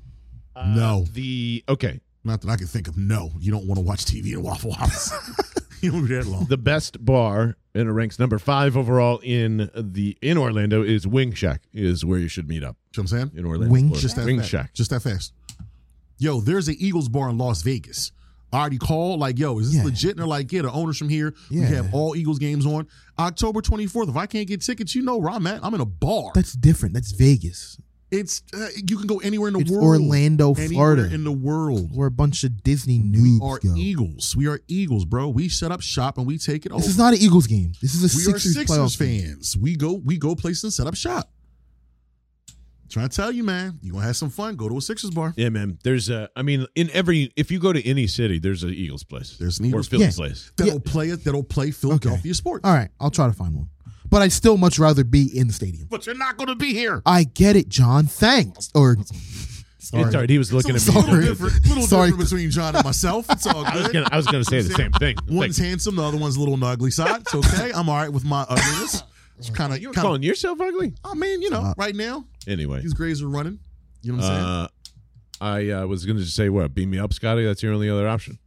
No.
The okay.
Not that I can think of. No, you don't want to watch TV in Waffle House. you don't be there long.
The best bar and it ranks number five overall in the in Orlando is Wing Shack is where you should meet up
You know what I'm saying?
in Orlando.
Wing
Florida.
Just that
Wing
fast.
Shack.
Just that fast. Yo, there's an Eagles bar in Las Vegas. I already called, like, yo, is this
Yeah.
legit? And they're like, yeah, the owner's from here. We
Yeah.
have all Eagles games on. October 24th, if I can't get tickets, you know where I'm at. I'm in a bar.
That's different. That's Vegas.
it's, uh, you can go anywhere in the
It's
world.
Orlando,
Anywhere
Florida.
in the world.
Where a bunch of Disney noobs
Are
go.
Eagles. We are Eagles, bro. We set up shop and we take it over.
This is not an Eagles game. This is a
we
Sixers,
are
playoff
Sixers fans. We go we go places and set up shop. Trying to tell you, man, you gonna have some fun. Go to a Sixers bar.
Yeah, man. There's a. I mean, in every if you go to any city, there's an Eagles place.
There's an
or
Eagles
Yeah.
Phillies place.
that'll play it. That'll play Philadelphia sports.
All right, I'll try to find one. But I'd still much rather be in the stadium.
But you're not going to be here.
I get it, John. Thanks. Or
Sorry. It's all right. He was looking
It's
at
a
me.
little different, little
Sorry.
different between John and myself. It's all
I was
good.
gonna. I was gonna say the same thing.
One's handsome, the other one's a little on the ugly side. It's okay. I'm all right with my ugliness. It's kind of,
You're
kind of.
calling yourself ugly.
I mean, you know,
Uh,
right now
Anyway,
these grays are running. You know what I'm saying?
uh, I uh, was gonna just say what beam me up, Scotty. That's your only other option.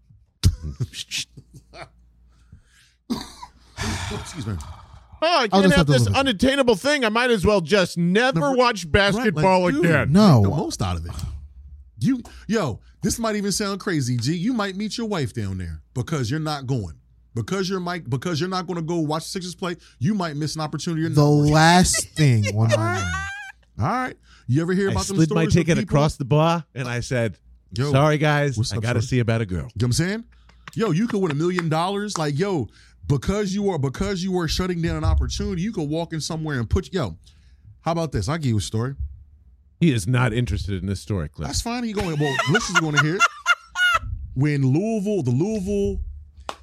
Excuse me.
Oh, I
I'll
can't
just have
have
to
this
live with it.
unattainable thing. I might as well just never
Never-
watch basketball
Right, like, dude,
again.
No.
Make the most out of it. You, yo, this might even sound crazy, G. You might meet your wife down there because you're not going. Because you're Mike, because you're not going to go watch Sixers play, you might miss an opportunity. You're
the last thing on my mind.
All right. You ever hear
I
about them
slid my
stories of
ticket
people-
across the bar and I said,
Yo,
"Sorry guys,
what's
I
up,
got to
Shorty?
see about a girl."
You know what I'm saying? Yo, you could win a million dollars. Like, yo, because you are because you are shutting down an opportunity, you could walk in somewhere and put yo. How about this? I'll give you a story.
He is not interested in this story, Cliff.
That's fine. He going well, listeners are gonna hear it. When Louisville, the Louisville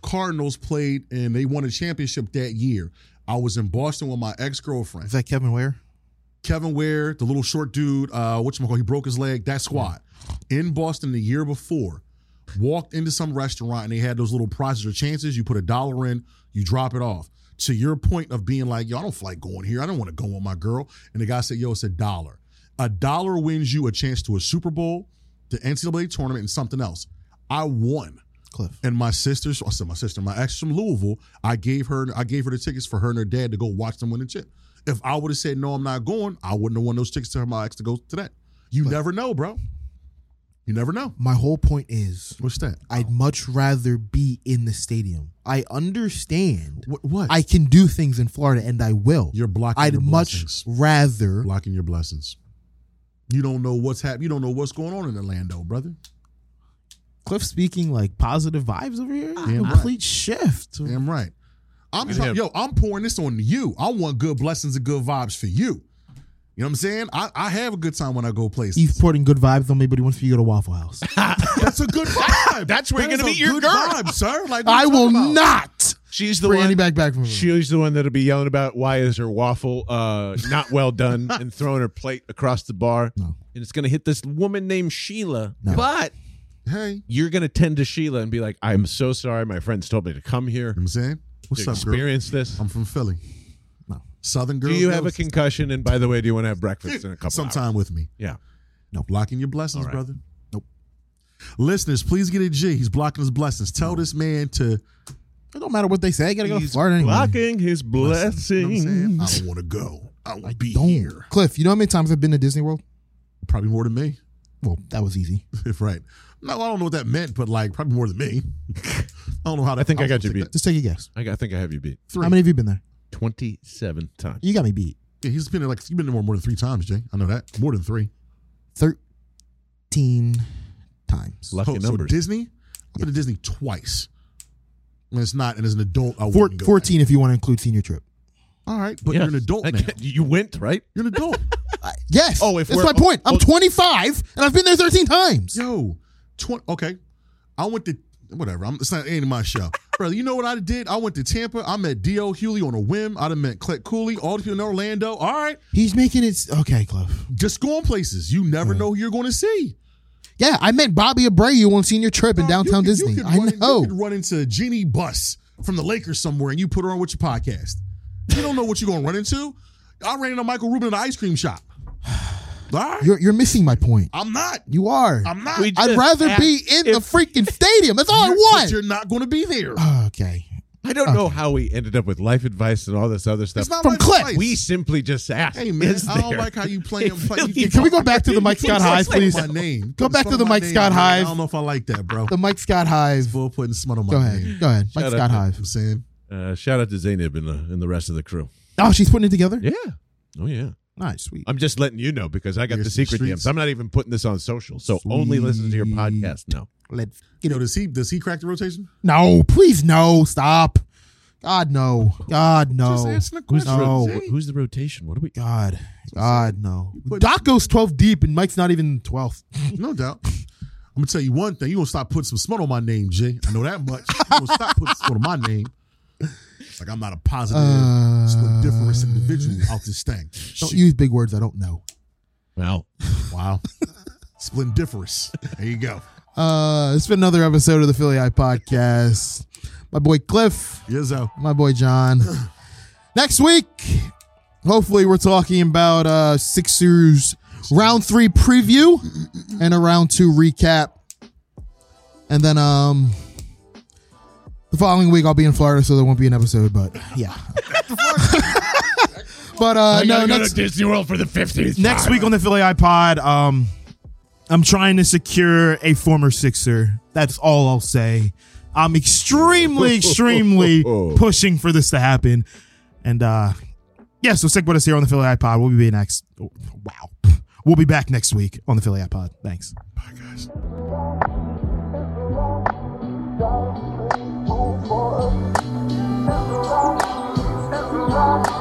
Cardinals played and they won a championship that year. I was in Boston with my ex-girlfriend.
Is that Kevin Ware?
Kevin Ware, the little short dude, uh, whatchamacallit, he broke his leg, that squad, in Boston the year before, walked into some restaurant and they had those little prizes or chances. You put a dollar in, you drop it off. To your point of being like, yo, I don't like going here. I don't want to go with my girl. And the guy said, yo, it's a dollar. A dollar wins you a chance to a Super Bowl, the NCAA tournament, and something else. I won.
Cliff.
And my sister, so I said my sister, my ex from Louisville, I gave her, I gave her the tickets for her and her dad to go watch them win the chip. If I would have said no, I'm not going, I wouldn't have won those tickets to her, my ex to go to that. You never know, bro. You never know.
My whole point is
What's that?
I'd much rather be in the stadium. I understand.
What? what?
I can do things in Florida and I will.
You're blocking.
I'd
your
much
blessings.
rather
blocking your blessings. You don't know what's happening. You don't know what's going on in Orlando, brother.
Cliff speaking like positive vibes over here.
Damn right.
Complete shift.
Damn right. I'm
And
trying,
him.
yo, I'm pouring this on you. I want good blessings and good vibes for you. You know what I'm saying? I, I have a good time when I go places.
He's putting good vibes on me, but he wants for you to go to Waffle House.
That's a good vibe.
That's where you're
That
gonna
is
meet
a
your
good
girl.
vibe, sir. Like what
I
you
will
talking about?
not
She's the
bring
one.
any back back from him.
She's the one that'll be yelling about why is her waffle uh, not well done and throwing her plate across the bar.
No.
And it's going to hit this woman named Sheila.
No.
But
Hey, you know
you're going to tend to Sheila and be like, I'm so sorry. My friends told me to come here
what I'm saying? What's
to
up, girl?
experience this.
I'm from Philly.
No.
Southern girl.
Do you have a concussion? And by the way, do you want to have breakfast in a couple hours?
sometime with me?
Yeah.
Nope. Blocking your blessings,
All right.
brother. Nope. Listeners, please get a G. He's blocking his blessings. Tell this man to
It don't matter what they say. I gotta go
He's
flirt anyway.
blocking his
You know what I'm saying?
blessing.
I don't want to go. I want
I
to be
don't.
here.
Cliff, you know how many times I've been to Disney World?
Probably more than me.
Well, that was easy.
If right. No, I don't know what that meant, but like probably more than me. I don't know how to.
I think I got you
think
beat.
that-
Just take a guess.
I, got- I think I have you beat
Three.
How many of you been there?
27 times.
You got me beat.
Yeah, he's been there like you've been there more, more than three times, Jay. I know that more than three.
Thirteen times.
Lucky
Oh, so
numbers.
Disney. I've been to Disney twice. And it's not. And as an adult, I
Four,
wouldn't go.
Fourteen if you want to include senior trip.
All right, but
Yeah.
you're an adult
I
now.
can't- You went, right?
You're an adult.
Yes.
Oh, if
that's
we're-
my point.
oh,
I'm
oh.
25 and I've been there 13 times.
Yo, twenty. Okay, I went to whatever. I'm, it's not it ain't my show, brother. You know what I did? I went to Tampa. I met Dio Hewley on a whim. I'd have met Clint Cooley. All of you in Orlando. All right,
He's making it s- okay, Cliff.
just going places. You never know who you're going to see.
Yeah, I met Bobby Abreu on senior trip in
Bro, you
downtown
could- you
Disney.
could
I
run in-
know.
you could run into Jeannie Bus from the Lakers somewhere, and you put her on with your podcast. You don't know what you're going to run into. I ran into Michael Rubin in the ice cream shop. All right,
You're you're missing my point.
I'm not.
You are.
I'm not.
We-
I'd
just
rather
asked
be in the
if-
freaking stadium. That's all I Uh,
You're-
want. Ah,
You're not going to be there.
okay.
I don't know how we ended up with life advice and all this other stuff.
It's not
From
my
Clint,
place.
we simply just asked.
Hey man,
is
I don't
there-
like how you playing. Play, you keep
Can we go back to the Mike Scott Hive,
calling
please?
my name.
Go
Putting
back to
smut
the
on my
Mike
name,
Scott
man.
Hive.
I don't know if I like that, bro.
The Mike Scott Hive.
Full putting smut on my
Go
name.
ahead. Go ahead. Mike
Shout out
Scott
to-
Hive.
I'm saying
Uh, shout out to Zaynab and the, and the rest of the crew.
Oh, she's putting it together?
Yeah. Oh yeah.
Nice,
Uh,
sweet.
I'm just letting you know because I got
Here's
the
the
secret
streets.
DMs. I'm not even putting this on social, so only listen to your
Sweet.
podcast now.
Let's get
you know,
it.
does he does he crack the rotation?
No, please no. Stop. God no. God
Just
no.
answer the
Who's,
question.
the,
No.
ro-
Jay.
who's the rotation? What do we?
God. God no.
But-
Doc goes 12 deep and Mike's not even 12th.
No doubt. I'm gonna tell you one thing. You gonna stop putting some smut on my name, Jay. I know that much. You gonna stop putting smut on my name. It's like I'm not a positive,
Uh,
splendiferous individual out this thing.
Don't use big words I don't know.
Well,
Uh, Wow, splendiferous. There you go.
Uh, it's been another episode of the Philly Eye Podcast. My boy Cliff,
Yes, out.
my boy John. Next week, hopefully, we're talking about uh Sixers round three preview and a round two recap, and then um. The following week, I'll be in Florida, so there won't be an episode. But yeah, but uh,
I
no,
gotta go
next
to Disney World for the 50th.
next
time.
week on the Philly iPod, um, I'm trying to secure a former Sixer. That's all I'll say. I'm extremely, extremely pushing for this to happen. And uh yeah, so stick with us here on the Philly iPod. We'll be next. oh, Wow. We'll be back next week on the Philly iPod. Thanks.
Bye, guys.
Step around, step around,